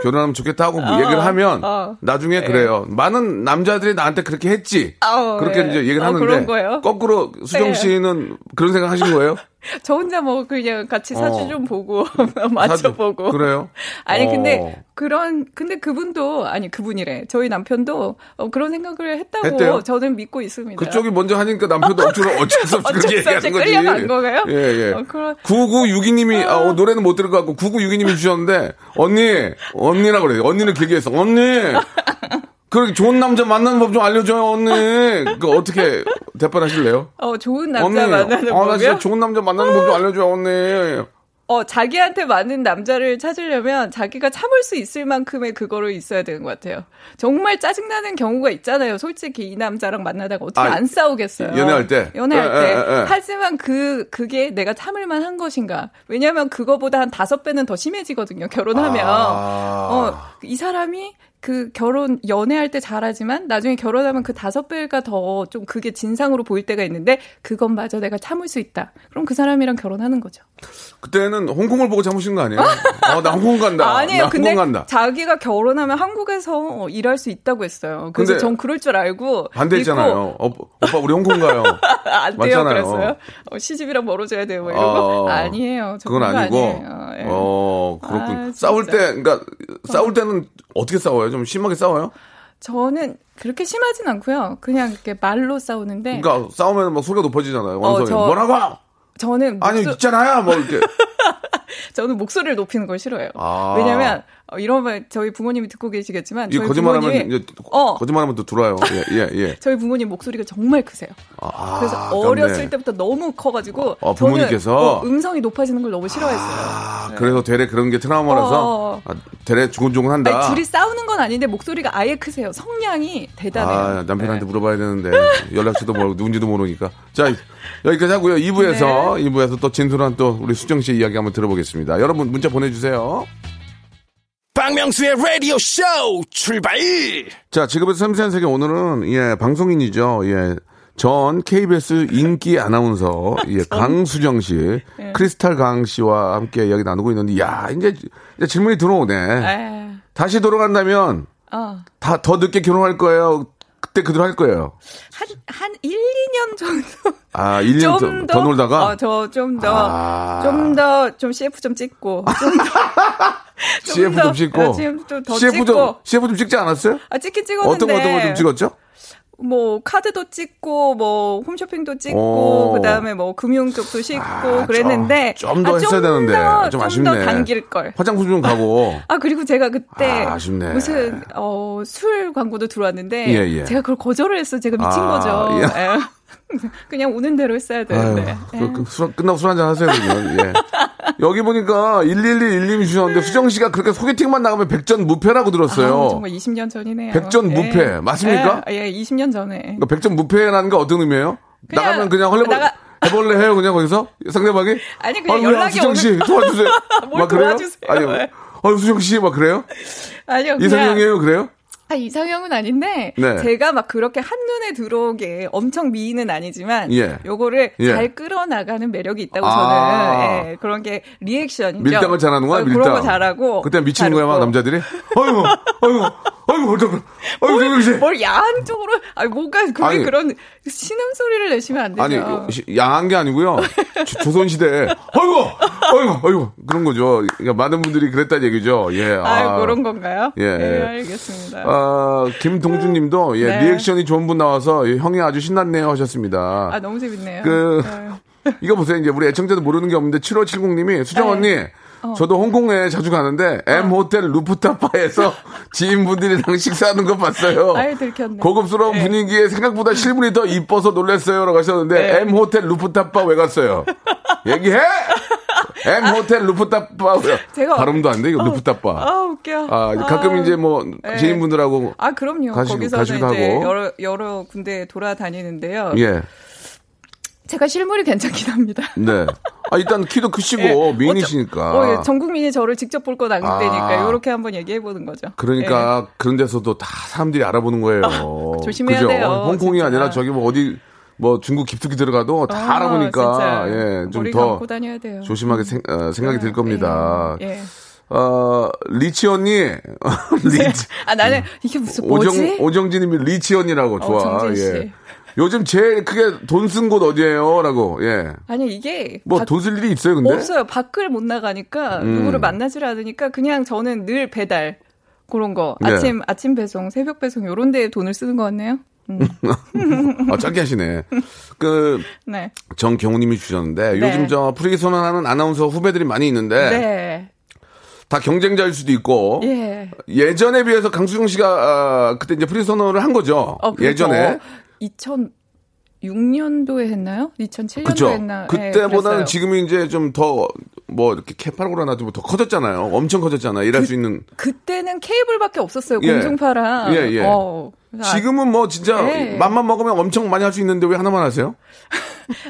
Speaker 3: 결혼하면 좋겠다 하고 뭐 얘기를 하면
Speaker 9: 어.
Speaker 3: 나중에 그래요. 많은 남자들이 나한테 그렇게 했지.
Speaker 9: 아우,
Speaker 3: 그렇게
Speaker 9: 예.
Speaker 3: 이제 얘기를
Speaker 9: 아,
Speaker 3: 하는데
Speaker 9: 그런 거예요?
Speaker 3: 거꾸로 수정
Speaker 9: 예.
Speaker 3: 씨는 그런 생각 하신 거예요?
Speaker 9: 저 혼자 뭐 그냥 같이 사주
Speaker 3: 어.
Speaker 9: 좀 보고 맞춰보고
Speaker 3: 사주. 그래요?
Speaker 9: 아니
Speaker 3: 어.
Speaker 9: 근데 그런 근데 그분도 아니 그분이래 저희 남편도 어, 그런 생각을 했다고
Speaker 3: 했대요?
Speaker 9: 저는 믿고 있습니다.
Speaker 3: 그쪽이 먼저 하니까 남편도 억지로 어쩔 수 없이 그렇게
Speaker 9: 어쩔 수 없이
Speaker 3: 얘기하는 거지.
Speaker 9: 끌려간 거예요?
Speaker 3: 예, 예.
Speaker 9: 어, 그런-
Speaker 3: 9962님이, 아, 어, 노래는 못 들을 것 같고, 9962님이 주셨는데, 언니, 언니라고 그래요. 언니를 길게 했어. 언니! 그렇게 좋은 남자 만나는 법 좀 알려줘요, 언니! 그 어떻게 대판하실래요?
Speaker 9: 어 좋은
Speaker 3: 언니,
Speaker 9: 남자 만나는
Speaker 3: 아, 나 진짜
Speaker 9: 거고요.
Speaker 3: 좋은 남자 만나는 법 좀 알려줘요, 언니.
Speaker 9: 어 자기한테 맞는 남자를 찾으려면 자기가 참을 수 있을 만큼의 그거를 있어야 되는 것 같아요. 정말 짜증나는 경우가 있잖아요. 솔직히 이 남자랑 만나다가 어떻게
Speaker 3: 아,
Speaker 9: 안 싸우겠어요.
Speaker 3: 연애할 때?
Speaker 9: 연애할
Speaker 3: 예,
Speaker 9: 때.
Speaker 3: 예, 예.
Speaker 9: 하지만 그 그게 내가 참을 만한 것인가? 왜냐하면 그거보다 한 다섯 배는 더 심해지거든요. 결혼하면
Speaker 3: 아.
Speaker 9: 어 이 사람이 그 결혼 연애할 때 잘하지만 나중에 결혼하면 그 다섯 배가 더 좀 그게 진상으로 보일 때가 있는데 그것마저 내가 참을 수 있다. 그럼 그 사람이랑 결혼하는 거죠.
Speaker 3: 그때는 홍콩을 보고 참으신 거 아니에요? 어, 나 홍콩 간다.
Speaker 9: 아니에요.
Speaker 3: 나
Speaker 9: 근데
Speaker 3: 홍콩 간다.
Speaker 9: 자기가 결혼하면 한국에서 일할 수 있다고 했어요. 그래서
Speaker 3: 근데
Speaker 9: 전 그럴 줄 알고 믿고
Speaker 3: 반대했잖아요. 어, 오빠 우리 홍콩 가요.
Speaker 9: 안 돼요.
Speaker 3: 맞잖아요.
Speaker 9: 그랬어요. 어, 시집이랑 멀어져야 돼요. 뭐
Speaker 3: 어,
Speaker 9: 이러고 아니에요. 저
Speaker 3: 그건
Speaker 9: 그런 거
Speaker 3: 아니고.
Speaker 9: 아니에요. 예.
Speaker 3: 어, 그렇군.
Speaker 9: 아, 진짜. 어.
Speaker 3: 싸울 때, 그러니까 싸울 때는 어떻게 싸워요? 좀 심하게 싸워요?
Speaker 9: 저는 그렇게 심하진 않고요. 그냥 이렇게 말로 싸우는데
Speaker 3: 그러니까 싸우면 막 소리가 높아지잖아요. 원성이
Speaker 9: 네. 어, 저-
Speaker 3: 뭐라고?
Speaker 9: 저는
Speaker 3: 아니
Speaker 9: 목소,
Speaker 3: 있잖아요. 뭐 이렇게.
Speaker 9: 저는 목소리를 높이는 걸 싫어해요.
Speaker 3: 아.
Speaker 9: 왜냐면 어, 이런 말 저희 부모님이 듣고 계시겠지만
Speaker 3: 이제
Speaker 9: 저희
Speaker 3: 거짓말하면
Speaker 9: 부모님이
Speaker 3: 이제
Speaker 9: 어.
Speaker 3: 거짓말하면 또 들어요. 예, 예, 예.
Speaker 9: 저희 부모님 목소리가 정말 크세요.
Speaker 3: 아,
Speaker 9: 그래서
Speaker 3: 아깝네.
Speaker 9: 어렸을 때부터 너무 커가지고
Speaker 3: 어, 부모님께서?
Speaker 9: 저는, 어, 음성이 높아지는 걸 너무 싫어했어요.
Speaker 3: 아, 그래서 되레 그런 게 트라우마라서
Speaker 9: 네. 어.
Speaker 3: 아, 되레 주곤주곤 한다.
Speaker 9: 아니, 둘이 싸우는 건 아닌데 목소리가 아예 크세요. 성량이 대단해요.
Speaker 3: 아, 남편한테
Speaker 9: 네.
Speaker 3: 물어봐야 되는데 연락처도 모르고 누군지도 모르니까. 자, 여기까지 하고요.
Speaker 9: 네.
Speaker 3: 2부에서 2부에서 또 진솔한 또 우리 수정 씨 이야기 한번 들어보겠습니다. 여러분 문자 보내 주세요.
Speaker 1: 박명수의 라디오 쇼 출발
Speaker 3: 자, 지금부터 섬세한 세계 오늘은 예, 방송인이죠. 예. 전 KBS 인기 아나운서 예, 강수정 씨,
Speaker 9: 예.
Speaker 3: 크리스탈 강 씨와 함께 이야기 나누고 있는데 야, 이제, 이제 질문이 들어오네.
Speaker 9: 에,
Speaker 3: 다시 돌아간다면
Speaker 9: 예. 어.
Speaker 3: 다 더 늦게 결혼할 거예요. 그때 그대로 할 거예요.
Speaker 9: 한, 한 1, 2년 정도.
Speaker 3: 아, 1년 더, 더 놀다가
Speaker 9: 어, 저 좀 더,
Speaker 3: 아.
Speaker 9: 좀 더, 좀 CF 좀 찍고. 좀 더, 좀
Speaker 3: CF 좀
Speaker 9: 더,
Speaker 3: 찍고
Speaker 9: 어, 지금 좀더
Speaker 3: CF
Speaker 9: 찍고. 네.
Speaker 3: 좀 CF 좀 찍지 않았어요?
Speaker 9: 아, 찍긴 찍었는데.
Speaker 3: 어떤 거 어떤 거 좀 찍었죠?
Speaker 9: 뭐, 카드도 찍고, 뭐, 홈쇼핑도
Speaker 3: 오.
Speaker 9: 찍고, 그 다음에 뭐, 금융 쪽도 찍고,
Speaker 3: 아,
Speaker 9: 그랬는데.
Speaker 3: 좀 더
Speaker 9: 아,
Speaker 3: 했어야 되는데
Speaker 9: 더,
Speaker 3: 좀
Speaker 9: 좀더
Speaker 3: 아쉽네.
Speaker 9: 당길걸.
Speaker 3: 화장품 좀 가고
Speaker 9: 아 그리고 제가 그때
Speaker 3: 아, 아쉽네.
Speaker 9: 무슨 어, 술 광고도 들어왔는데
Speaker 3: 예, 예.
Speaker 9: 제가 그걸 거절을 했어 제가 미친
Speaker 3: 아,
Speaker 9: 거죠.
Speaker 3: 예.
Speaker 9: 예. 그냥 오는 대로 했어야 되는데. 예.
Speaker 3: 아유, 그, 그, 술, 끝나고 술 한잔 하세요, 그러면. 예. 여기 보니까 1111님 주셨는데 수정 씨가 그렇게 소개팅만 나가면 백전 무패라고 들었어요.
Speaker 9: 아우, 정말 20년 전이네요.
Speaker 3: 백전 무패, 맞습니까?
Speaker 9: 예, 예, 20년 전에.
Speaker 3: 그러니까 백전 무패라는 게 어떤 의미예요?
Speaker 9: 그냥
Speaker 3: 나가면 그냥 헐레벌
Speaker 9: 나가-
Speaker 3: 해볼래 해요 그냥 거기서 상대방이
Speaker 9: 아니, 그냥
Speaker 3: 아유,
Speaker 9: 연락이
Speaker 3: 수정 씨
Speaker 9: 오는-
Speaker 3: 도와주세요.
Speaker 9: 뭘
Speaker 3: 막 그래요?
Speaker 9: 도와주세요.
Speaker 3: 아니,
Speaker 9: 네.
Speaker 3: 아유 수정 씨 막 그래요?
Speaker 9: 아니요, 그냥-
Speaker 3: 이상형이에요 그래요?
Speaker 9: 아, 이상형은 아닌데
Speaker 3: 네.
Speaker 9: 제가 막 그렇게 한눈에 들어오게 엄청 미인은 아니지만
Speaker 3: 예.
Speaker 9: 요거를
Speaker 3: 예.
Speaker 9: 잘 끌어나가는 매력이 있다고
Speaker 3: 아.
Speaker 9: 저는 예, 그런 게 리액션이죠.
Speaker 3: 밀당을 잘하는 거야
Speaker 9: 어,
Speaker 3: 밀당.
Speaker 9: 그런 거 잘하고
Speaker 3: 그때 미치는 거야 막
Speaker 9: 잘하고.
Speaker 3: 남자들이. 아이고 아이고 아이고 어떡해. 아이고 저기 씨.
Speaker 9: 뭘 야한 쪽으로 아니 뭔가 그게
Speaker 3: 아니.
Speaker 9: 그런 신음 소리를 내시면 안 되죠.
Speaker 3: 아니 시- 양한 게 아니고요. 조- 조선시대. 아이고 아이고 아이고 그런 거죠. 그러니까 많은 분들이 그랬다는 얘기죠. 예.
Speaker 9: 아유, 그런 건가요?
Speaker 3: 예.
Speaker 9: 네, 알겠습니다.
Speaker 3: 아, 김동준님도 예,
Speaker 9: 네.
Speaker 3: 리액션이 좋은 분 나와서 예, 형이 아주 신났네요 하셨습니다.
Speaker 9: 아 너무 재밌네요.
Speaker 3: 그
Speaker 9: 아유.
Speaker 3: 이거 보세요. 이제 우리 애청자도 모르는 게 없는데 7570님이
Speaker 9: 네.
Speaker 3: 수정 언니
Speaker 9: 어.
Speaker 3: 저도 홍콩에 자주 가는데 M 호텔 루프탑 바에서 지인분들이랑 식사하는 거 봤어요.
Speaker 9: 아유, 들켰네.
Speaker 3: 고급스러운
Speaker 9: 네.
Speaker 3: 분위기에 생각보다 실물이 더 이뻐서 놀랐어요라고 하셨는데
Speaker 9: 네.
Speaker 3: M 호텔 루프탑 바 왜 갔어요? 얘기해. M 호텔 루프탑 바
Speaker 9: 아. 제가-
Speaker 3: 발음도 안 돼. 이거 루프탑
Speaker 9: 아
Speaker 3: 바.
Speaker 9: 웃겨.
Speaker 3: 아, 이제 가끔 이제 뭐
Speaker 9: 네.
Speaker 3: 지인분들하고
Speaker 9: 아 그럼요.
Speaker 3: 가시고-
Speaker 9: 거기서는 이제
Speaker 3: 가시기도 하고.
Speaker 9: 여러 여러 군데 돌아다니는데요.
Speaker 3: 예.
Speaker 9: 제가 실물이 괜찮긴 합니다.
Speaker 3: 네. 아, 일단 키도 크시고
Speaker 9: 예.
Speaker 3: 뭐, 미인이시니까.
Speaker 9: 어, 예. 전 국민이 저를 직접 볼 건 아닐
Speaker 3: 아.
Speaker 9: 때니까 이렇게 한번 얘기해 보는 거죠.
Speaker 3: 그러니까 그런 데서도 다 사람들이 알아보는 거예요.
Speaker 9: 예. 어, 조심해야
Speaker 3: 그죠?
Speaker 9: 돼요,
Speaker 3: 홍콩이
Speaker 9: 진짜.
Speaker 3: 아니라 저기 뭐 어디 뭐 중국 깊숙이 들어가도 다
Speaker 9: 아,
Speaker 3: 알아보니까
Speaker 9: 진짜.
Speaker 3: 예, 좀
Speaker 9: 머리
Speaker 3: 더
Speaker 9: 감고 다녀야 돼요. 아,
Speaker 3: 조심하게 생, 각이들 겁니다.
Speaker 9: 예. 예.
Speaker 3: 어, 리치 언니. 리치.
Speaker 9: 아 나는 이게 무슨 뭐지?
Speaker 3: 음.
Speaker 9: 어,
Speaker 3: 오정, 오정진님이 리치 언니라고 좋아.
Speaker 9: 정진 씨.
Speaker 3: 예. 요즘 제일 크게 돈 쓴 곳 어디예요? 라고. 예.
Speaker 9: 아니 이게
Speaker 3: 뭐
Speaker 9: 바-
Speaker 3: 돈 쓸 일이 있어요, 근데? 음.
Speaker 9: 없어요. 밖을 못 나가니까 누구를 만나질 않으니까 그냥 저는 늘 배달 그런 거
Speaker 3: 네.
Speaker 9: 아침 아침 배송, 새벽 배송 요런 데에 돈을 쓰는 것 같네요. 음,
Speaker 3: 아, 짧게 하시네. 그,
Speaker 9: 네.
Speaker 3: 정경우님이 주셨는데
Speaker 9: 네.
Speaker 3: 요즘 저 프리 선언하는 아나운서 후배들이 많이 있는데
Speaker 9: 네.
Speaker 3: 다 경쟁자일 수도 있고
Speaker 9: 예.
Speaker 3: 전에 비해서 강수경 씨가 아, 그때 이제 프리 선언을 한 거죠.
Speaker 9: 어, 그렇죠.
Speaker 3: 예전에
Speaker 9: 2006년도에 했나요? 2007년도에
Speaker 3: 그렇죠.
Speaker 9: 했나? 예,
Speaker 3: 그때보다는
Speaker 9: 그랬어요.
Speaker 3: 지금이 이제 좀 더 뭐 이렇게 캐파고라나 좀 더 커졌잖아요. 엄청 커졌잖아요. 일할 수 있는
Speaker 9: 그때는 케이블밖에 없었어요.
Speaker 3: 예.
Speaker 9: 공중파랑.
Speaker 3: 예, 예.
Speaker 9: 어, 그래서 아-
Speaker 3: 지금은 뭐 진짜
Speaker 9: 네.
Speaker 3: 맘만 먹으면 엄청 많이 할 수 있는데 왜 하나만 하세요?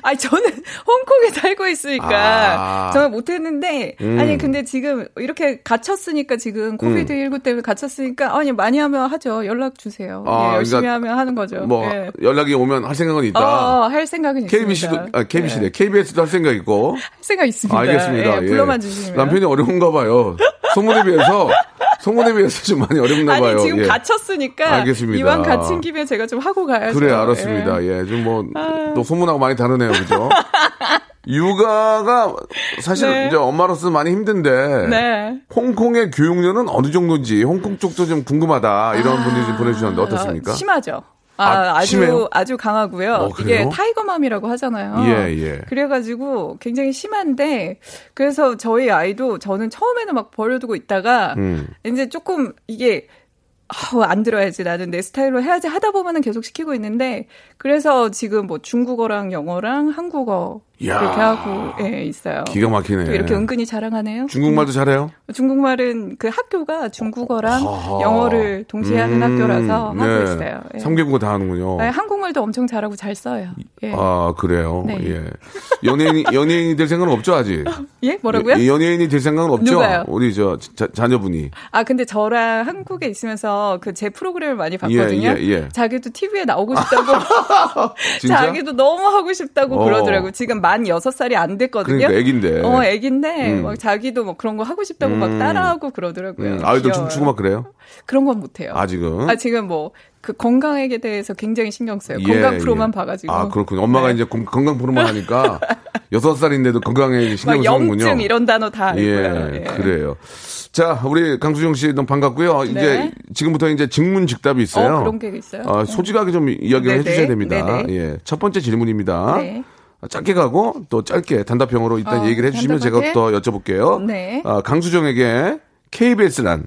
Speaker 9: 아니 저는 홍콩에 살고 있으니까
Speaker 3: 아.
Speaker 9: 저는 못했는데
Speaker 3: 음.
Speaker 9: 아니 근데 지금 이렇게 갇혔으니까 지금 코비드 19 때문에 갇혔으니까 아니 많이 하면 하죠 연락 주세요
Speaker 3: 아,
Speaker 9: 예, 열심히
Speaker 3: 그러니까
Speaker 9: 하면 하는 거죠
Speaker 3: 뭐
Speaker 9: 예.
Speaker 3: 연락이 오면 할 생각은
Speaker 9: 어,
Speaker 3: 있다.
Speaker 9: 어, 할 생각은
Speaker 3: KBC도
Speaker 9: 있습니다
Speaker 3: 아, KBC네. KBS도 할 생각 있고.
Speaker 9: 할 생각 있습니다
Speaker 3: 알겠습니다.
Speaker 9: 예,
Speaker 3: 예.
Speaker 9: 불러만 주시면
Speaker 3: 남편이 어려운가 봐요. 소문에 비해서 소문에 비해서 좀 많이 어렵나 봐요.
Speaker 9: 아니 지금
Speaker 3: 예.
Speaker 9: 갇혔으니까
Speaker 3: 알겠습니다.
Speaker 9: 이왕 갇힌 김에 제가 좀 하고 가야죠
Speaker 3: 그래
Speaker 9: 예. 아.
Speaker 3: 알았습니다. 예, 좀뭐 또 소문하고 많이 다르네요, 그죠? 육아가 사실
Speaker 9: 네.
Speaker 3: 이제 엄마로서 많이 힘든데
Speaker 9: 네.
Speaker 3: 홍콩의 교육료는 어느 정도인지 홍콩 쪽도 좀 궁금하다 이런 분들이 좀 보내주셨는데 어떻습니까?
Speaker 9: 아, 심하죠.
Speaker 3: 아,
Speaker 9: 아, 아,
Speaker 3: 심해요?
Speaker 9: 주 아주 강하고요.
Speaker 3: 어, 그래요?
Speaker 9: 이게 타이거맘이라고 하잖아요.
Speaker 3: 예, 예.
Speaker 9: 그래가지고 굉장히 심한데 그래서 저희 아이도 저는 처음에는 막 버려두고 있다가
Speaker 3: 음.
Speaker 9: 이제 조금 이게 아우, 안 들어야지 나는 내 스타일로 해야지 하다 보면은 계속 시키고 있는데 그래서 지금 뭐 중국어랑 영어랑 한국어
Speaker 3: 야.
Speaker 9: 이렇게 하고 예, 있어요.
Speaker 3: 기가 막히네.
Speaker 9: 또 이렇게 은근히 자랑하네요.
Speaker 3: 예.
Speaker 9: 음.
Speaker 3: 중국말도 잘해요?
Speaker 9: 중국말은 그 학교가 중국어랑
Speaker 3: 아하.
Speaker 9: 영어를 동시에
Speaker 3: 음,
Speaker 9: 하는 학교라서
Speaker 3: 네.
Speaker 9: 하고 있어요. 예.
Speaker 3: 3개국어 다 하는군요.
Speaker 9: 네, 한국말도 엄청 잘하고 잘 써요. 예.
Speaker 3: 아, 그래요?
Speaker 9: 네.
Speaker 3: 예. 연예인, 연예인이 될 생각은 없죠, 아직?
Speaker 9: 예? 뭐라고요?
Speaker 3: 예, 연예인이 될 생각은 없죠?
Speaker 9: 누가요?
Speaker 3: 우리 저 자, 자녀분이.
Speaker 9: 아, 근데 저랑 한국에 있으면서 그 제 프로그램을 많이 봤거든요.
Speaker 3: 예, 예.
Speaker 9: 자기도 TV에 나오고 싶다고.
Speaker 3: 진짜?
Speaker 9: 자기도 너무 하고 싶다고
Speaker 3: 어.
Speaker 9: 그러더라고. 지금 만 여섯 살이안 됐거든요.
Speaker 3: 그러니까 애긴데.
Speaker 9: 어, 애긴데
Speaker 3: 음.
Speaker 9: 막 자기도 막 그런 거 하고 싶다고 막 따라하고 그러더라고요.
Speaker 3: 음, 아이도
Speaker 9: 귀여워요.
Speaker 3: 춤추고 막 그래요?
Speaker 9: 그런 건 못해요.
Speaker 3: 아직은.
Speaker 9: 아, 지금 뭐 그 건강에 대해서 굉장히 신경 써요.
Speaker 3: 예,
Speaker 9: 건강 프로만
Speaker 3: 예.
Speaker 9: 봐가지고.
Speaker 3: 아, 그렇군요. 엄마가
Speaker 9: 네.
Speaker 3: 이제 건- 건강 프로만 하니까 여섯 살인데도 건강에 신경
Speaker 9: 막
Speaker 3: 쓰는군요.
Speaker 9: 염증 이런 단어 다 알고요.
Speaker 3: 예, 그래요. 자, 우리 강수정 씨 너무 반갑고요. 이제
Speaker 9: 네.
Speaker 3: 지금부터 이제 직문 직답이 있어요.
Speaker 9: 어, 그런 게 있어요?
Speaker 3: 아, 소직하게 좀 이야기를
Speaker 9: 네네.
Speaker 3: 해주셔야 됩니다.
Speaker 9: 네네.
Speaker 3: 예, 첫 번째 질문입니다.
Speaker 9: 네.
Speaker 3: 짧게 가고 또 짧게 단답형으로 일단
Speaker 9: 어,
Speaker 3: 얘기를 해주시면 제가
Speaker 9: 단답하게?
Speaker 3: 또 여쭤볼게요.
Speaker 9: 네.
Speaker 3: 아, 강수정에게 KBS란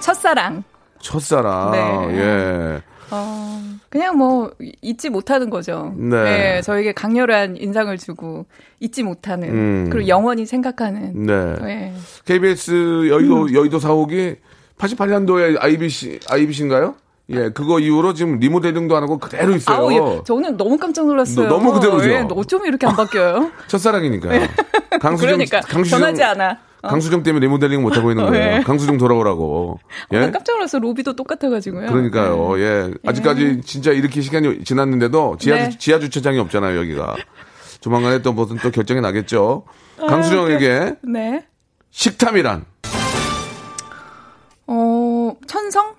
Speaker 9: 첫사랑.
Speaker 3: 첫사랑.
Speaker 9: 네.
Speaker 3: 예.
Speaker 9: 어, 그냥 뭐 잊지 못하는 거죠.
Speaker 3: 네.
Speaker 9: 예, 저에게 강렬한 인상을 주고 잊지 못하는
Speaker 3: 음.
Speaker 9: 그리고 영원히 생각하는.
Speaker 3: 네.
Speaker 9: 예.
Speaker 3: KBS 여의도
Speaker 9: 음.
Speaker 3: 여의도 사옥이 88년도에 IBC IBC인가요? 예, 그거 이후로 지금 리모델링도 안 하고 그대로 있어요.
Speaker 9: 아우, 예. 저는 너무 깜짝 놀랐어요.
Speaker 3: 너- 너무 그대로죠?
Speaker 9: 예, 어쩜 이렇게 안 바뀌어요?
Speaker 3: 첫사랑이니까요. 강수정
Speaker 9: 네. 그러니까
Speaker 3: 강수정
Speaker 9: 변하지 않아. 어.
Speaker 3: 강수정 때문에 리모델링 못 하고 있는
Speaker 9: 어,
Speaker 3: 거예요.
Speaker 9: 예. 어,
Speaker 3: 강수정 돌아오라고.
Speaker 9: 나
Speaker 3: 예?
Speaker 9: 깜짝 놀라서 로비도 똑같아가지고요.
Speaker 3: 그러니까요.
Speaker 9: 음.
Speaker 3: 예. 아직까지 진짜 이렇게 시간이 지났는데도 지하
Speaker 9: 네.
Speaker 3: 지하 주차장이 없잖아요, 여기가. 조만간에 또 무슨 또 결정이 나겠죠.
Speaker 9: 아,
Speaker 3: 강수정에게
Speaker 9: 네.
Speaker 3: 식탐이란
Speaker 9: 어, 천성?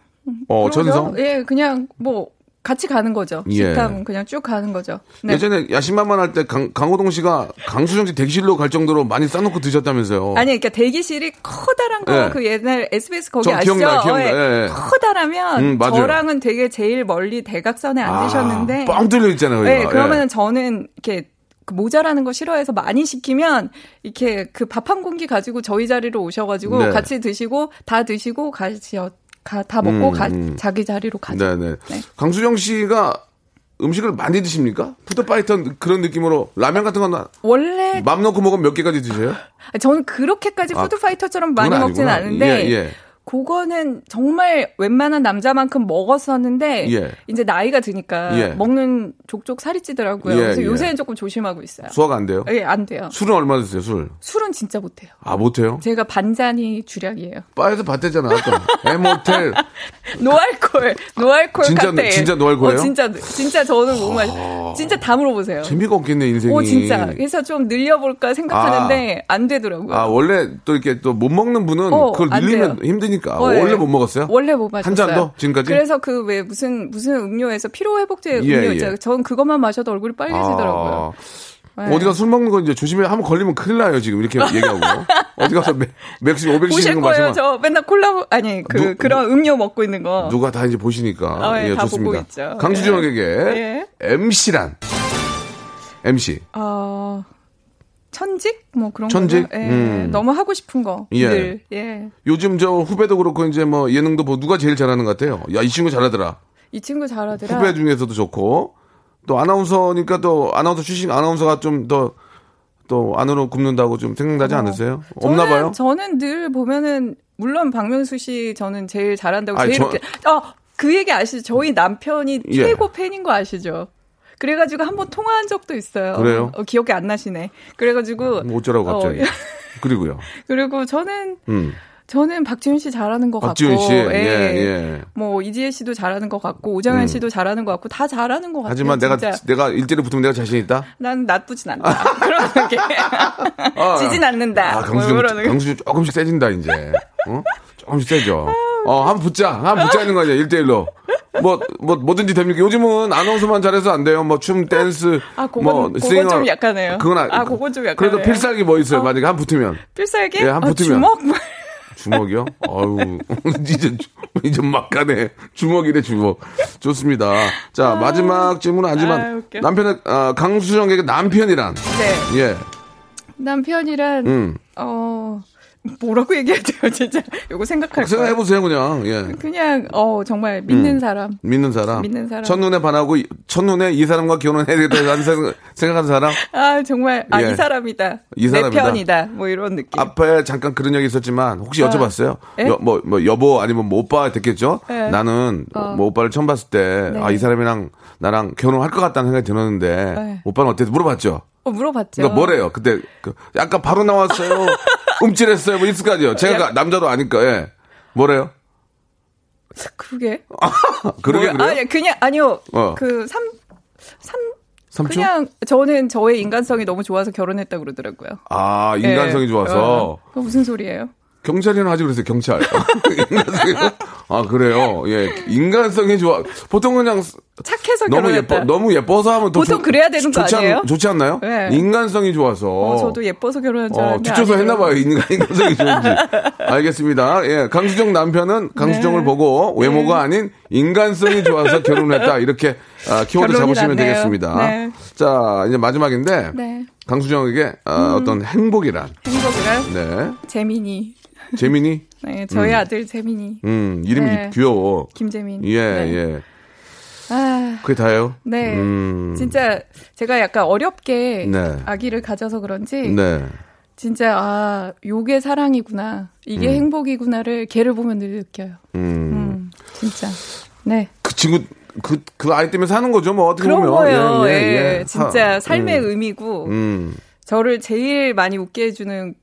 Speaker 3: 어,
Speaker 9: 그러죠?
Speaker 3: 천성
Speaker 9: 예, 그냥 뭐 같이 가는 거죠.
Speaker 3: 예.
Speaker 9: 식탐 그냥 쭉 가는 거죠. 네.
Speaker 3: 예전에 야심만만 할 때 강호동 씨가 강수정 씨 대기실로 갈 정도로 많이 싸놓고 드셨다면서요.
Speaker 9: 아니, 그러니까 대기실이 커다란 거,
Speaker 3: 뭐 예.
Speaker 9: 그 옛날 SBS 거기
Speaker 3: 저
Speaker 9: 아시죠?
Speaker 3: 기억나요, 기억나요. 예, 예.
Speaker 9: 커다라면
Speaker 3: 음, 맞아요.
Speaker 9: 저랑은 되게 제일 멀리 대각선에 앉으셨는데.
Speaker 3: 아, 뻥 뚫려 있잖아요.
Speaker 9: 네,
Speaker 3: 여기가.
Speaker 9: 그러면
Speaker 3: 예.
Speaker 9: 은 저는 이렇게 그 모자라는 거 싫어해서 많이 시키면 이렇게 그 밥 한 공기 가지고 저희 자리로 오셔가지고
Speaker 3: 네.
Speaker 9: 같이 드시고 다 드시고 같이 여- 가, 다 먹고
Speaker 3: 음,
Speaker 9: 가-
Speaker 3: 음.
Speaker 9: 자기 자리로 가죠.
Speaker 3: 네, 네.
Speaker 9: 네.
Speaker 3: 강수정 씨가 음식을 많이 드십니까? 푸드파이터 그런 느낌으로 라면 같은 건
Speaker 9: 원래
Speaker 3: 맘 놓고 먹으면 몇 개까지 드세요?
Speaker 9: 아, 저는 그렇게까지
Speaker 3: 아,
Speaker 9: 푸드파이터처럼 많이
Speaker 3: 그건
Speaker 9: 먹지는
Speaker 3: 아니구나.
Speaker 9: 않은데
Speaker 3: 예, 예.
Speaker 9: 그거는 정말 웬만한 남자만큼 먹었었는데
Speaker 3: 예.
Speaker 9: 이제 나이가 드니까
Speaker 3: 예.
Speaker 9: 먹는 족족 살이 찌더라고요.
Speaker 3: 예,
Speaker 9: 그래서
Speaker 3: 예.
Speaker 9: 요새는 조금 조심하고 있어요.
Speaker 3: 소화가 안 돼요?
Speaker 9: 예, 안 돼요.
Speaker 3: 술은 얼마 드세요? 술?
Speaker 9: 술은 진짜 못해요.
Speaker 3: 아 못해요?
Speaker 9: 제가 반잔이 주량이에요.
Speaker 3: 바에서 봤대잖아. 아까. 에모텔
Speaker 9: 노알콜, 노알콜
Speaker 3: 진짜,
Speaker 9: 칵테일.
Speaker 3: 진짜 노알콜이에요? 아,
Speaker 9: 어, 진짜, 진짜 저는 못 마셔. 진짜 다 물어보세요.
Speaker 3: 재미가 없겠네 인생이.
Speaker 9: 오, 진짜. 그래서 좀 늘려볼까 생각하는데 안 되더라고요.
Speaker 3: 아 원래 또 이렇게 또 못 먹는 분은
Speaker 9: 어,
Speaker 3: 그걸
Speaker 9: 안
Speaker 3: 늘리면
Speaker 9: 돼요.
Speaker 3: 힘드니까
Speaker 9: 어, 예.
Speaker 3: 아, 원래 못 먹었어요?
Speaker 9: 원래 못 마셨어요.
Speaker 3: 한 잔도? 지금까지?
Speaker 9: 그래서 그 왜 무슨 무슨 음료에서 피로 회복제
Speaker 3: 예,
Speaker 9: 음료
Speaker 3: 예.
Speaker 9: 있잖아요. 전 그것만 마셔도 얼굴이 빨개지더라고요.
Speaker 3: 아,
Speaker 9: 네.
Speaker 3: 어디가 술 먹는 거 이제 조심해. 한번 걸리면 큰일 나요, 지금. 이렇게 얘기하고. 어디 가서 맥- 맥스 500씩
Speaker 9: 보실
Speaker 3: 있는 거
Speaker 9: 거예요.
Speaker 3: 마시면.
Speaker 9: 저 맨날 콜라 아니 그
Speaker 3: 누-
Speaker 9: 그런 음료 먹고 있는 거.
Speaker 3: 누가 다 이제 보시니까.
Speaker 9: 아, 예,
Speaker 3: 예,
Speaker 9: 다 보고
Speaker 3: 좋습니다.
Speaker 9: 있죠. 네.
Speaker 3: 강수정에게
Speaker 9: 예.
Speaker 3: MC란. MC.
Speaker 9: 어, 천직 뭐 그런
Speaker 3: 천직?
Speaker 9: 거죠. 예.
Speaker 3: 음.
Speaker 9: 너무 하고 싶은 거.
Speaker 3: 예.
Speaker 9: 늘. 예.
Speaker 3: 요즘 저 후배도 그렇고 이제 뭐 예능도 뭐 누가 제일 잘하는 것 같아요. 야, 이 친구 잘하더라.
Speaker 9: 이 친구 잘하더라.
Speaker 3: 후배 중에서도 좋고. 또 아나운서니까 또 아나운서 출신 아나운서가 좀 더 또 안으로 굽는다고 좀 생각나지 않으세요? 없나
Speaker 9: 저는-
Speaker 3: 봐요?
Speaker 9: 저는 늘 보면은 물론 박명수 씨 저는 제일 잘한다고
Speaker 3: 아니,
Speaker 9: 제일
Speaker 3: 저-
Speaker 9: 이렇게 어 그 얘기 아시죠? 저희 남편이
Speaker 3: 예.
Speaker 9: 최고 팬인 거 아시죠? 그래가지고 한번 통화한 적도 있어요.
Speaker 3: 그래요?
Speaker 9: 어, 기억이 안 나시네. 그래가지고
Speaker 3: 뭐 어쩌라고
Speaker 9: 어,
Speaker 3: 갑자기. 그리고요.
Speaker 9: 그리고 저는
Speaker 3: 음.
Speaker 9: 저는 박지훈 씨 잘하는 것
Speaker 3: 박지훈
Speaker 9: 같고,
Speaker 3: 씨. 예, 예.
Speaker 9: 뭐 이지혜 씨도 잘하는 것 같고 오정현
Speaker 3: 음.
Speaker 9: 씨도 잘하는 것 같고 다 잘하는 것 같아요.
Speaker 3: 하지만 내가
Speaker 9: 진짜.
Speaker 3: 내가 일대를 붙으면 내가 자신 있다.
Speaker 9: 난 나쁘진 않다. 그런 게
Speaker 3: 아,
Speaker 9: 지진 않는다.
Speaker 3: 아, 강수
Speaker 9: 뭐
Speaker 3: 좀,
Speaker 9: 이러는 거.
Speaker 3: 강수 좀 조금씩 세진다 이제. 어? 조금씩 세죠. 어, 한번 붙자. 한번 붙자는 거아니야일대일로 뭐, 뭐, 뭐든지 됩니까? 요즘은 아나운서만 잘해서 안 돼요. 뭐, 춤, 댄스.
Speaker 9: 아, 그건-
Speaker 3: 뭐,
Speaker 9: 그건 좀 약하네요.
Speaker 3: 그건 아,
Speaker 9: 아, 그건 좀 약하네요.
Speaker 3: 그래도 필살기 뭐 있어요? 만약에 한 붙으면.
Speaker 9: 필살기?
Speaker 3: 예, 한
Speaker 9: 아,
Speaker 3: 붙으면.
Speaker 9: 주먹? 네.
Speaker 3: 주먹이요? 아유, 이제, 주- 이제 막 가네. 주먹이래, 주먹. 좋습니다. 자, 마지막 질문은 아니지만,
Speaker 9: 아, 웃겨.
Speaker 3: 남편은, 아, 강수정에게 남편이란.
Speaker 9: 네.
Speaker 3: 예.
Speaker 9: 남편이란
Speaker 3: 음.
Speaker 9: 어 뭐라고 얘기해야 돼요 진짜 요거 생각할 거예요.
Speaker 3: 생각해보세요, 음. 그냥. 예.
Speaker 9: 그냥 어 정말 믿는 사람
Speaker 3: 믿는 사람.
Speaker 9: 믿는 사람.
Speaker 3: 첫눈에 반하고, 이- 첫눈에 이 사람과 결혼해야 되겠다는 생각, 생각한 사람.
Speaker 9: 아 정말 아
Speaker 3: 예.
Speaker 9: 이 사람이다
Speaker 3: 이
Speaker 9: 내
Speaker 3: 사람이다. 아,
Speaker 9: 편이다 뭐 이런 느낌
Speaker 3: 앞에 잠깐 그런 얘기 있었지만, 혹시
Speaker 9: 어.
Speaker 3: 여쭤봤어요?
Speaker 9: 예?
Speaker 3: 여, 뭐, 뭐, 여보 아니면 뭐 오빠 됐겠죠?
Speaker 9: 예.
Speaker 3: 나는,
Speaker 9: 어.
Speaker 3: 뭐 오빠를 처음 봤을 때,
Speaker 9: 네.
Speaker 3: 아, 이 사람이랑 나랑 결혼할 것 같다는 생각이 들었는데,
Speaker 9: 예.
Speaker 3: 오빠는 어땠어? 물어봤죠?
Speaker 9: 어, 물어봤죠
Speaker 3: 그러니까 뭐래요? 그때 그 약간 바로 나왔어요. 움찔했어요. 뭐 있을 거 아니에요. 제가 남자도 아니까. 예. 뭐래요?
Speaker 9: 그게
Speaker 3: 그러게
Speaker 9: 뭐야?
Speaker 3: 그래요?
Speaker 9: 아니 예. 그냥 아니요
Speaker 3: 어.
Speaker 9: 그삼삼
Speaker 3: 삼촌?
Speaker 9: 그냥 저는 저의 인간성이 너무 좋아서 결혼했다 그러더라고요
Speaker 3: 아, 인간성이
Speaker 9: 예.
Speaker 3: 좋아서
Speaker 9: 어. 그거 무슨 소리예요
Speaker 3: 경찰이나 하지 그랬어요. 경찰. 인간성이 아, 그래요. 예. 인간성이 좋아. 보통 그냥
Speaker 9: 착해서
Speaker 3: 너무
Speaker 9: 결혼했다
Speaker 3: 예뻐 너무 예뻐서 하면 더
Speaker 9: 그러니까 보통
Speaker 3: 좋-
Speaker 9: 그래야 되는 거
Speaker 3: 좋지 않-
Speaker 9: 아니에요?
Speaker 3: 좋지 않나요?
Speaker 9: 예.
Speaker 3: 인간성이 좋아서.
Speaker 9: 어, 저도 예뻐서 결혼한 줄
Speaker 3: 어,
Speaker 9: 알았는데
Speaker 3: 추천서
Speaker 9: 아니더라고요.
Speaker 3: 했나봐요. 인간, 인간성이 좋은지. 알겠습니다. 예. 강수정 남편은 강수정을
Speaker 9: 네.
Speaker 3: 보고 외모가 아닌 인간성이 좋아서 결혼을 했다. 이렇게 아, 키워드
Speaker 9: 결론이
Speaker 3: 잡으시면
Speaker 9: 났네요.
Speaker 3: 되겠습니다.
Speaker 9: 네.
Speaker 3: 자, 이제 마지막인데.
Speaker 9: 네 음.
Speaker 3: 강수정에게 아, 어떤 행복이란.
Speaker 9: 행복이란
Speaker 3: 네.
Speaker 9: 재민이
Speaker 3: 재민이?
Speaker 9: 네 저희 아들 재민이
Speaker 3: 음, 이름이
Speaker 9: 네.
Speaker 3: 귀여워.
Speaker 9: 김재민
Speaker 3: 예,
Speaker 9: 네.
Speaker 3: 예.
Speaker 9: 아
Speaker 3: 그게 다예요?
Speaker 9: 네.
Speaker 3: 음.
Speaker 9: 진짜 제가 약간 어렵게
Speaker 3: 네.
Speaker 9: 아기를 가져서 그런지
Speaker 3: 네.
Speaker 9: 진짜 아 요게 사랑이구나 이게 행복이구나를 걔를 보면 늘 느껴요.
Speaker 3: 음.
Speaker 9: 음, 진짜 네
Speaker 3: 그 친구, 그, 그 아이 때문에 사는 거죠. 뭐 어떻게
Speaker 9: 그런
Speaker 3: 보면.
Speaker 9: 거예요. 예,
Speaker 3: 하-
Speaker 9: 진짜 삶의 의미고
Speaker 3: 음.
Speaker 9: 저를 제일 많이 웃게 해주는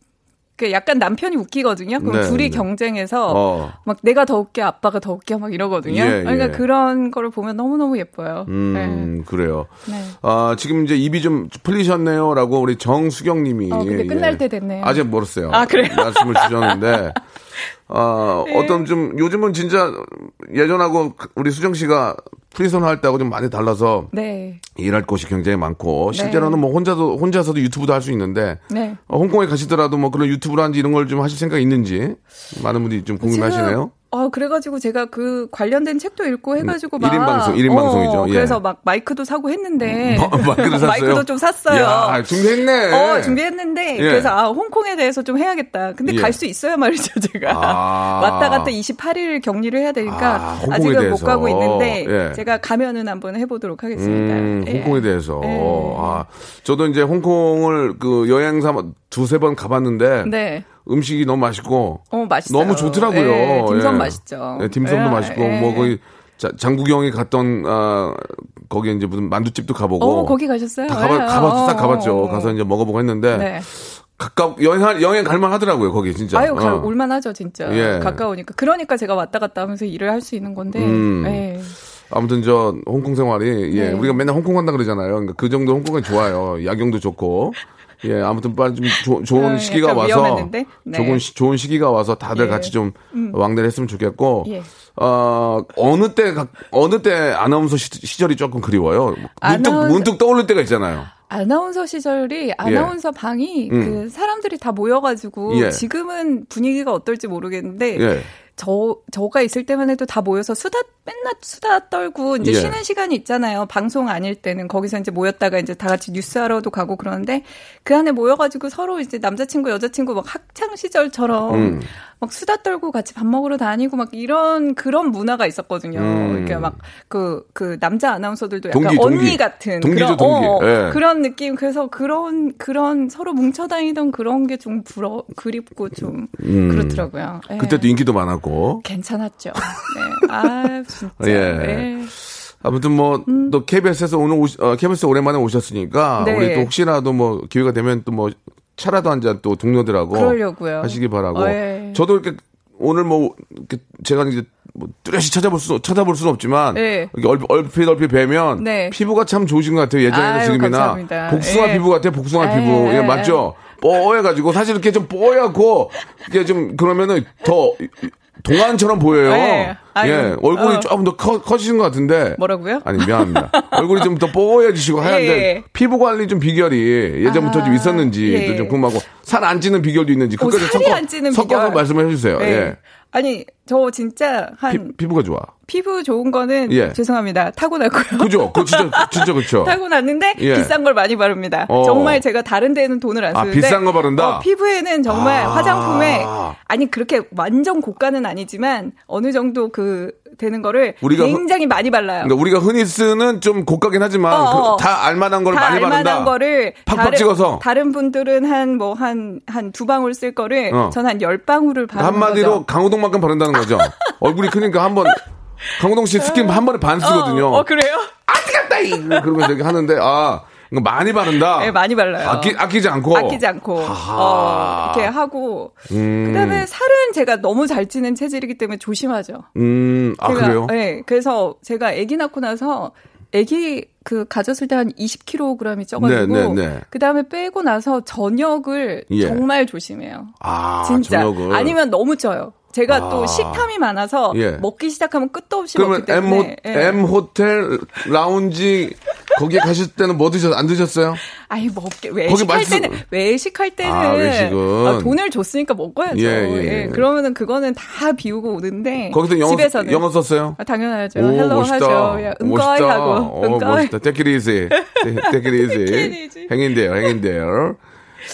Speaker 9: 그 약간 남편이 웃기거든요. 그럼
Speaker 3: 네,
Speaker 9: 둘이
Speaker 3: 네.
Speaker 9: 경쟁해서
Speaker 3: 어.
Speaker 9: 막 내가 더 웃겨 아빠가 더 웃겨 막 이러거든요.
Speaker 3: 예,
Speaker 9: 그러니까
Speaker 3: 예.
Speaker 9: 그런 거를 보면 너무 너무 예뻐요.
Speaker 3: 음, 그래요.
Speaker 9: 네. 네.
Speaker 3: 아, 지금 이제 입이 좀 풀리셨네요라고 우리 정수경 님이. 예,
Speaker 9: 어, 근데 끝날 때 됐네요.
Speaker 3: 아직 멀었어요.
Speaker 9: 아, 그래요? 예.
Speaker 3: 말씀을 주셨는데. 아, 어떤 좀 요즘은 진짜 예전하고 우리 수정 씨가 프리선 할 때하고 좀 많이 달라서
Speaker 9: 네.
Speaker 3: 일할 곳이 굉장히 많고 실제로는 뭐 혼자도 혼자서도 유튜브도 할 수 있는데
Speaker 9: 네.
Speaker 3: 어, 홍콩에 가시더라도 뭐 그런 유튜브라든지 이런 걸 좀 하실 생각 이 있는지 많은 분들이 좀 궁금하시네요. 음,
Speaker 9: 어, 그래가지고 제가 그 관련된 책도 읽고 해가지고 막.
Speaker 3: 일인 방송, 일인
Speaker 9: 어,
Speaker 3: 방송이죠. 예.
Speaker 9: 그래서 막 마이크도 사고 했는데.
Speaker 3: 마- 마이크를 샀어요?
Speaker 9: 네. 마이크도 좀 샀어요.
Speaker 3: 야, 준비했네.
Speaker 9: 어, 준비했는데.
Speaker 3: 예.
Speaker 9: 그래서 아, 홍콩에 대해서 좀 해야겠다. 근데
Speaker 3: 예.
Speaker 9: 갈 수 있어야 말이죠, 제가.
Speaker 3: 아.
Speaker 9: 왔다 갔다 28일 격리를 해야
Speaker 3: 아,
Speaker 9: 되니까.
Speaker 3: 홍콩에
Speaker 9: 아, 직은못
Speaker 3: 대해서.
Speaker 9: 가고 있는데.
Speaker 3: 예.
Speaker 9: 제가 가면은 한번 해보도록 하겠습니다.
Speaker 3: 음,
Speaker 9: 예.
Speaker 3: 홍콩에 대해서.
Speaker 9: 예.
Speaker 3: 아, 저도 이제 홍콩을 그 여행 삼아 두세 번 가봤는데
Speaker 9: 네.
Speaker 3: 음식이 너무 맛있고
Speaker 9: 어, 맛있어요.
Speaker 3: 너무 좋더라고요.
Speaker 9: 예, 딤섬
Speaker 3: 예.
Speaker 9: 맛있죠.
Speaker 3: 예, 딤섬도
Speaker 9: 예,
Speaker 3: 맛있고
Speaker 9: 예.
Speaker 3: 뭐 거기 자- 장국영이 갔던 아, 거기 이제 무슨 만두집도 가보고
Speaker 9: 어, 거기 가셨어요?
Speaker 3: 뭐 다 가봐,
Speaker 9: 예.
Speaker 3: 가봤, 싹
Speaker 9: 어,
Speaker 3: 가봤죠.
Speaker 9: 어, 어.
Speaker 3: 가서 이제 먹어보고 했는데
Speaker 9: 네.
Speaker 3: 가까 여행 여행 갈만 하더라고요 거기 진짜.
Speaker 9: 아유, 가-
Speaker 3: 어.
Speaker 9: 올만하죠, 진짜.
Speaker 3: 예.
Speaker 9: 가까우니까. 그러니까 제가 왔다 갔다 하면서 일을 할 수 있는 건데.
Speaker 3: 음.
Speaker 9: 예.
Speaker 3: 아무튼 저 홍콩 생활이 예
Speaker 9: 네.
Speaker 3: 우리가 맨날 홍콩 간다 그러잖아요. 그러니까 그 정도 홍콩은 좋아요. 야경도 좋고 예 아무튼 빨리 좀 조- 좋은
Speaker 9: 어,
Speaker 3: 시기가
Speaker 9: 약간
Speaker 3: 와서
Speaker 9: 위험했는데? 네.
Speaker 3: 좋은 시, 좋은 시기가 와서 다들
Speaker 9: 예.
Speaker 3: 같이 좀 왕래를 했으면 좋겠고
Speaker 9: 예.
Speaker 3: 어 어느 때 가- 어느 때 아나운서 시, 절이 조금 그리워요. 문득
Speaker 9: 아나운서-
Speaker 3: 문득 떠오를 때가 있잖아요.
Speaker 9: 아나운서
Speaker 3: 예.
Speaker 9: 시절이 아나운서 방이 그 사람들이 다 모여가지고
Speaker 3: 음. 예.
Speaker 9: 지금은 분위기가 어떨지 모르겠는데
Speaker 3: 예.
Speaker 9: 저 저가 있을 때만 해도 다 모여서 수다 맨날 수다 떨고 이제
Speaker 3: 예.
Speaker 9: 쉬는 시간이 있잖아요 방송 아닐 때는 거기서 이제 모였다가 이제 다 같이 뉴스하러도 가고 그러는데 그 안에 모여가지고 서로 이제 남자친구 여자친구 막 학창 시절처럼
Speaker 3: 음.
Speaker 9: 막 수다 떨고 같이 밥 먹으러 다니고 막 이런 그런 문화가 있었거든요
Speaker 3: 음.
Speaker 9: 그러니까 막 그 그 남자 아나운서들도 약간
Speaker 3: 동기,
Speaker 9: 언니
Speaker 3: 동기.
Speaker 9: 같은
Speaker 3: 동기죠,
Speaker 9: 그런
Speaker 3: 동기.
Speaker 9: 어,
Speaker 3: 예.
Speaker 9: 그런 느낌 그래서 그런 그런 서로 뭉쳐 다니던 그런 게 좀
Speaker 3: 음.
Speaker 9: 부러 그립고 좀 그렇더라고요. 예.
Speaker 3: 그때도 인기도 많았고
Speaker 9: 괜찮았죠. 네. 아, 진짜.
Speaker 3: 예.
Speaker 9: 예.
Speaker 3: 아무튼 뭐, 또 KBS에서 오늘 오시, 어, KBS 오랜만에 오셨으니까,
Speaker 9: 음. 네.
Speaker 3: 우리 또 혹시라도 뭐, 기회가 되면 또 뭐, 차라도 한 잔 또 동료들하고.
Speaker 9: 그러려고요.
Speaker 3: 하시기 바라고.
Speaker 9: 어, 예.
Speaker 3: 저도 이렇게, 오늘 뭐, 이렇게 제가 이제, 뭐 뚜렷이 찾아볼 수, 찾아볼 수는 없지만,
Speaker 9: 예.
Speaker 3: 이렇게 얼핏, 얼핏, 얼핏 뵈면,
Speaker 9: 네.
Speaker 3: 피부가 참 좋으신 것 같아요. 예전에는
Speaker 9: 아유,
Speaker 3: 지금이나.
Speaker 9: 감사합니다.
Speaker 3: 복숭아
Speaker 9: 예.
Speaker 3: 피부 같아요, 복숭아
Speaker 9: 예,
Speaker 3: 피부. 예,
Speaker 9: 예,
Speaker 3: 맞죠? 뽀해가지고, 사실 이렇게 좀 뽀얗고, 이게 좀, 그러면은 더, 동안처럼 보여요.
Speaker 9: 예. 아유,
Speaker 3: 예, 얼굴이
Speaker 9: 어.
Speaker 3: 조금 더 커, 커지신 것 같은데.
Speaker 9: 뭐라고요?
Speaker 3: 아니, 미안합니다. 얼굴이 좀 더 뽀얘지시고 하얀데,
Speaker 9: 예.
Speaker 3: 피부 관리 좀 비결이 예전부터
Speaker 9: 아,
Speaker 3: 좀 있었는지,
Speaker 9: 예.
Speaker 3: 또좀 궁금하고, 살 안 찌는 비결도 있는지,
Speaker 9: 오,
Speaker 3: 그까지
Speaker 9: 뭐 살이
Speaker 3: 섞어,
Speaker 9: 안 찌는
Speaker 3: 섞어서
Speaker 9: 비결.
Speaker 3: 말씀해 주세요.
Speaker 9: 네.
Speaker 3: 예.
Speaker 9: 아니, 저 진짜 한 어.
Speaker 3: 피, 부가 좋아.
Speaker 9: 피, 부 좋은 거는
Speaker 3: 예.
Speaker 9: 죄송합니다. 타고났고요.
Speaker 3: 그죠? 그 진짜, 진짜 그쵸.
Speaker 9: 타고났는데
Speaker 3: 예.
Speaker 9: 비싼 걸 많이 바릅니다.
Speaker 3: 어.
Speaker 9: 정말 제가 다른 데는 돈을 안
Speaker 3: 아,
Speaker 9: 쓰는데
Speaker 3: 비싼 거 바른다?
Speaker 9: 어, 피부에는 정말
Speaker 3: 아.
Speaker 9: 화장품에 아니 그렇게 완전 고가는 아니지만 어느 정도 그 되는 거를
Speaker 3: 우리가 흔-
Speaker 9: 굉장히 많이 발라요.
Speaker 3: 그러니까 우리가 흔히 쓰는 좀 고가긴 하지만,
Speaker 9: 어,
Speaker 3: 그
Speaker 9: 어.
Speaker 3: 다 알만한 걸
Speaker 9: 다
Speaker 3: 많이
Speaker 9: 알만한
Speaker 3: 바른다.
Speaker 9: 거를
Speaker 3: 팍팍
Speaker 9: 다른-
Speaker 3: 찍어서.
Speaker 9: 다른 분들은 한 뭐 한 한 두 방울 쓸 거를
Speaker 3: 어.
Speaker 9: 전 한 열 방울을 바르는
Speaker 3: 한마디로
Speaker 9: 거죠.
Speaker 3: 강호동만큼 바른다는 거죠. 얼굴이 크니까 한 번, 강호동 씨 스킨 한 번에 반그 쓰거든요.
Speaker 9: 어, 어, 그래요?
Speaker 3: 아, 뜨겁다! 이! 그러면서 이렇게 하는데, 아, 이거 많이 바른다.
Speaker 9: 네, 많이 발라요.
Speaker 3: 아끼, 아끼지 않고.
Speaker 9: 아끼지 않고 어, 이렇게 하고 그다음에 살은 제가 너무 잘 찌는 체질이기 때문에 조심하죠.
Speaker 3: 음, 아,
Speaker 9: 제가,
Speaker 3: 그래요?
Speaker 9: 네, 그래서 제가 아기 낳고 나서 아기 그 가졌을 때 한 20kg이 쪄가지고
Speaker 3: 네, 네, 네.
Speaker 9: 그다음에 빼고 나서 저녁을
Speaker 3: 예.
Speaker 9: 정말 조심해요.
Speaker 3: 아,
Speaker 9: 진짜
Speaker 3: 저녁을.
Speaker 9: 아니면 너무 쪄요. 제가
Speaker 3: 아.
Speaker 9: 또 식탐이 많아서
Speaker 3: 예.
Speaker 9: 먹기 시작하면 끝도 없이
Speaker 3: 그러면
Speaker 9: 먹기
Speaker 3: M, 호,
Speaker 9: 때문에 예.
Speaker 3: M 호텔 라운지 거기 가실 때는 뭐 드셨, 안 드셨어요?
Speaker 9: 아이 먹게 외식할
Speaker 3: 맛있어-
Speaker 9: 때는 외식할 때는
Speaker 3: 아, 외식은.
Speaker 9: 아, 돈을 줬으니까 먹어야죠.
Speaker 3: 예,
Speaker 9: 예,
Speaker 3: 예.
Speaker 9: 그러면은 그거는 다 비우고 오는데
Speaker 3: 거기서 영어,
Speaker 9: 집에서는
Speaker 3: 영어 썼어요?
Speaker 9: 아, 당연하죠.
Speaker 3: 오,
Speaker 9: 헬로
Speaker 3: 멋있다.
Speaker 9: 하죠. 예, 은거이
Speaker 3: 멋있다.
Speaker 9: 하고
Speaker 3: 오,
Speaker 9: 은거이.
Speaker 3: 멋있다. Take it easy. Take it
Speaker 9: Take it
Speaker 3: easy.
Speaker 9: easy.
Speaker 3: 행인데요, 행인데요.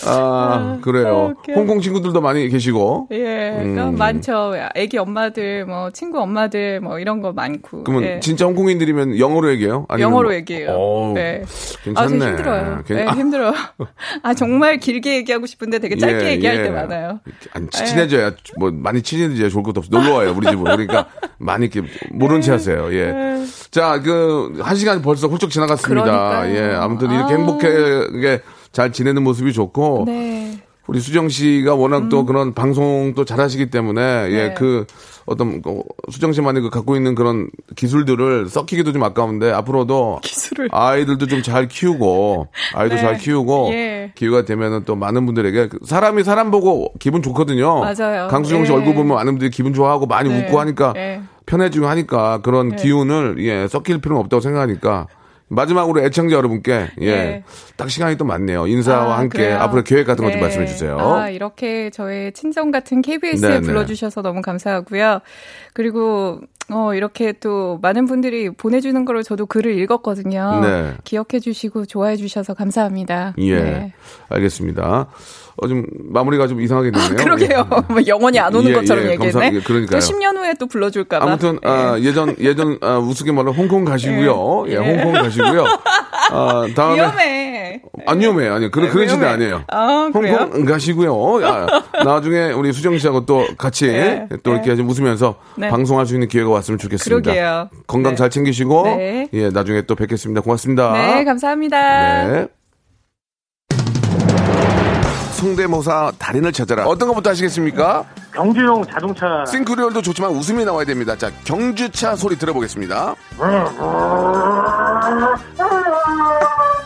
Speaker 3: 아, 그래요.
Speaker 9: 오케이.
Speaker 3: 홍콩 친구들도 많이 계시고.
Speaker 9: 예, 그러니까
Speaker 3: 음.
Speaker 9: 많죠. 아기 엄마들, 뭐 친구 엄마들, 뭐 이런 거 많고.
Speaker 3: 그러면
Speaker 9: 예.
Speaker 3: 진짜 홍콩인들이면 영어로 얘기해요? 아니면
Speaker 9: 영어로
Speaker 3: 뭐-
Speaker 9: 얘기해요.
Speaker 3: 어우,
Speaker 9: 네. 아,
Speaker 3: 괜찮네.
Speaker 9: 되게 힘들어요.
Speaker 3: 괜-
Speaker 9: 네,
Speaker 3: 아,
Speaker 9: 힘들어요. 아, 정말 길게 얘기하고 싶은데 되게 짧게
Speaker 3: 예,
Speaker 9: 얘기할
Speaker 3: 예.
Speaker 9: 때 많아요. 예.
Speaker 3: 아니, 치- 친해져야, 뭐, 많이 친해져야 좋을 것도 없어. 놀러 와요, 우리 집으로. 그러니까, 많이 이렇게, 모른 채 하세요, 예. 자, 그, 한 시간이 벌써 훌쩍 지나갔습니다.
Speaker 9: 그러니까요.
Speaker 3: 예, 아무튼 이렇게
Speaker 9: 아우.
Speaker 3: 행복하게 잘 지내는 모습이 좋고,
Speaker 9: 네. 음.
Speaker 3: 우리 수정 씨가 워낙 또 그런 방송 또 잘하시기 때문에 예
Speaker 9: 네.
Speaker 3: 그 어떤 그 수정 씨만이 그 갖고 있는 그런 기술들을 썩히기도 좀 아까운데 앞으로도
Speaker 9: 기술을.
Speaker 3: 아이들도 좀 잘 키우고 아이도
Speaker 9: 네.
Speaker 3: 잘 키우고
Speaker 9: 예.
Speaker 3: 기회가 되면은 또 많은 분들에게 그 사람이 사람 보고 기분 좋거든요.
Speaker 9: 맞아요.
Speaker 3: 강수정 씨
Speaker 9: 예.
Speaker 3: 얼굴 보면 많은 분들이 기분 좋아하고 많이
Speaker 9: 네.
Speaker 3: 웃고 하니까
Speaker 9: 네.
Speaker 3: 편해지고 하니까 그런 기운을 예 썩힐 필요는 없다고 생각하니까. 마지막으로 애청자 여러분께 예
Speaker 9: 네.
Speaker 3: 딱 시간이 또 많네요 인사와
Speaker 9: 아,
Speaker 3: 함께
Speaker 9: 그래요?
Speaker 3: 앞으로 계획 같은 것 좀
Speaker 9: 네.
Speaker 3: 말씀해 주세요.
Speaker 9: 아, 이렇게 저의 친정 같은 KBS에
Speaker 3: 네, 네.
Speaker 9: 불러주셔서 너무 감사하고요. 그리고 어, 이렇게 또 많은 분들이 보내주는 거를 저도 글을 읽었거든요.
Speaker 3: 네.
Speaker 9: 기억해 주시고 좋아해 주셔서 감사합니다.
Speaker 3: 예,
Speaker 9: 네.
Speaker 3: 알겠습니다. 어, 좀 마무리가 좀 이상하게 되네요.
Speaker 9: 그러게요.
Speaker 3: 예.
Speaker 9: 뭐 영원히 안 오는
Speaker 3: 예,
Speaker 9: 것처럼
Speaker 3: 예,
Speaker 9: 얘기했네.
Speaker 3: 감사합니다. 그러니까요.
Speaker 9: 또 10년 후에 또 불러줄까봐.
Speaker 3: 아무튼 아, 예전 예전 아, 우스갯말로 홍콩 가시고요. 예, 홍콩 가시고요. 아, 다음에
Speaker 9: 위험해.
Speaker 3: 안 위험해요. 아니요. 네. 그런 그런 짓은
Speaker 9: 위험해.
Speaker 3: 아니에요.
Speaker 9: 아, 그래요?
Speaker 3: 홍콩 가시고요. 아, 나중에 우리 수정 씨하고 또 같이
Speaker 9: 네,
Speaker 3: 또
Speaker 9: 네.
Speaker 3: 이렇게 좀 웃으면서
Speaker 9: 네.
Speaker 3: 방송할 수 있는 기회가 왔으면 좋겠습니다.
Speaker 9: 그러게요.
Speaker 3: 건강
Speaker 9: 네.
Speaker 3: 잘 챙기시고
Speaker 9: 네.
Speaker 3: 예, 나중에 또 뵙겠습니다. 고맙습니다.
Speaker 9: 네, 감사합니다.
Speaker 3: 아. 네. 성대모사 달인을 찾아라. 어떤 것부터 하시겠습니까?
Speaker 9: 네.
Speaker 10: 경주용 자동차
Speaker 3: 싱크리얼도 좋지만 웃음이 나와야 됩니다. 자, 경주차 소리 들어보겠습니다.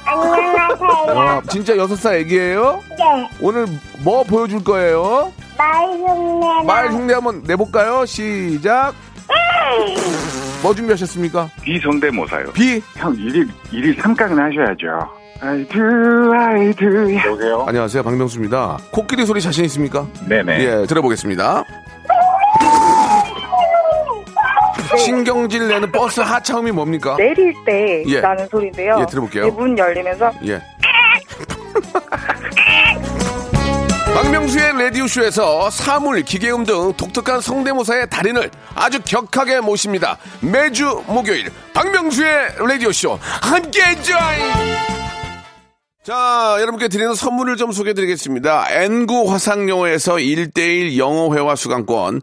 Speaker 6: 안녕하세요.
Speaker 3: 와, 진짜 여섯 살 애기예요?
Speaker 6: 네,
Speaker 3: 오늘 뭐 보여줄 거예요?
Speaker 6: 말 흉내나 음.
Speaker 3: 말 흉내 한번 내볼까요? 시작. 뭐 준비하셨습니까?
Speaker 7: 비성대모사요.
Speaker 3: 비.
Speaker 7: 형 일일 일일 삼각은 하셔야죠. 아이들 아이들. 여보세요.
Speaker 3: 안녕하세요, 박명수입니다. 코끼리 소리 자신 있습니까?
Speaker 7: 네네.
Speaker 3: 예,
Speaker 6: 음.
Speaker 3: 들어보겠습니다. 신경질 내는 버스 하차음이 뭡니까?
Speaker 11: 내릴 때
Speaker 3: 예.
Speaker 11: 나는 소리인데요.
Speaker 3: 예, 들어볼게요.
Speaker 11: 예, 문 열리면서
Speaker 3: 예. 박명수의 라디오쇼에서 사물, 기계음 등 독특한 성대모사의 달인을 아주 격하게 모십니다. 매주 목요일 박명수의 라디오쇼 함께해 join! 자, 여러분께 드리는 선물을 좀 소개해 드리겠습니다. N구 화상영어에서 1대1 영어회화 수강권,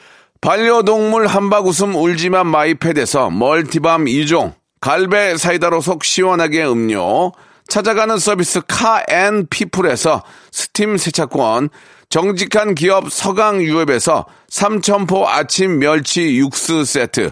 Speaker 3: 반려동물 한박 웃음 울지만 마이패드에서 멀티밤 2종, 갈배 사이다로 속 시원하게 음료, 찾아가는 서비스 카앤 피플에서 스팀 세차권, 정직한 기업 서강유업에서 삼천포 아침 멸치 육수 세트,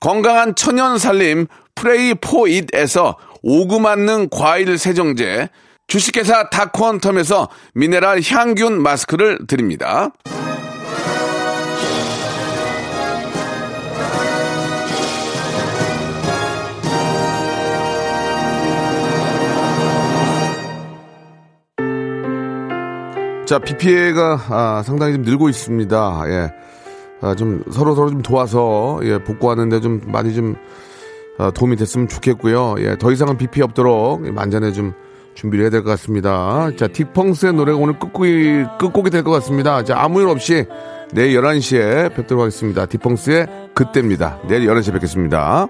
Speaker 3: 건강한 천연 살림 프레이 포잇에서 오구 맞는 과일 세정제, 주식회사 다콘텀에서 미네랄 향균 마스크를 드립니다. 자, 비 피해가 아, 상당히 좀 늘고 있습니다. 예. 아, 좀 서로 서로 좀 도와서 예, 복구하는데 좀 많이 좀 아, 도움이 됐으면 좋겠고요. 예, 더 이상은 비 피해 없도록 만전에 좀 준비를 해야 될 것 같습니다. 자, 딕펑스의 노래가 오늘 끝곡이 끝곡이 될 것 같습니다. 자, 아무 일 없이 내일 11시에 뵙도록 하겠습니다. 딕펑스의 그때입니다. 내일 11시에 뵙겠습니다.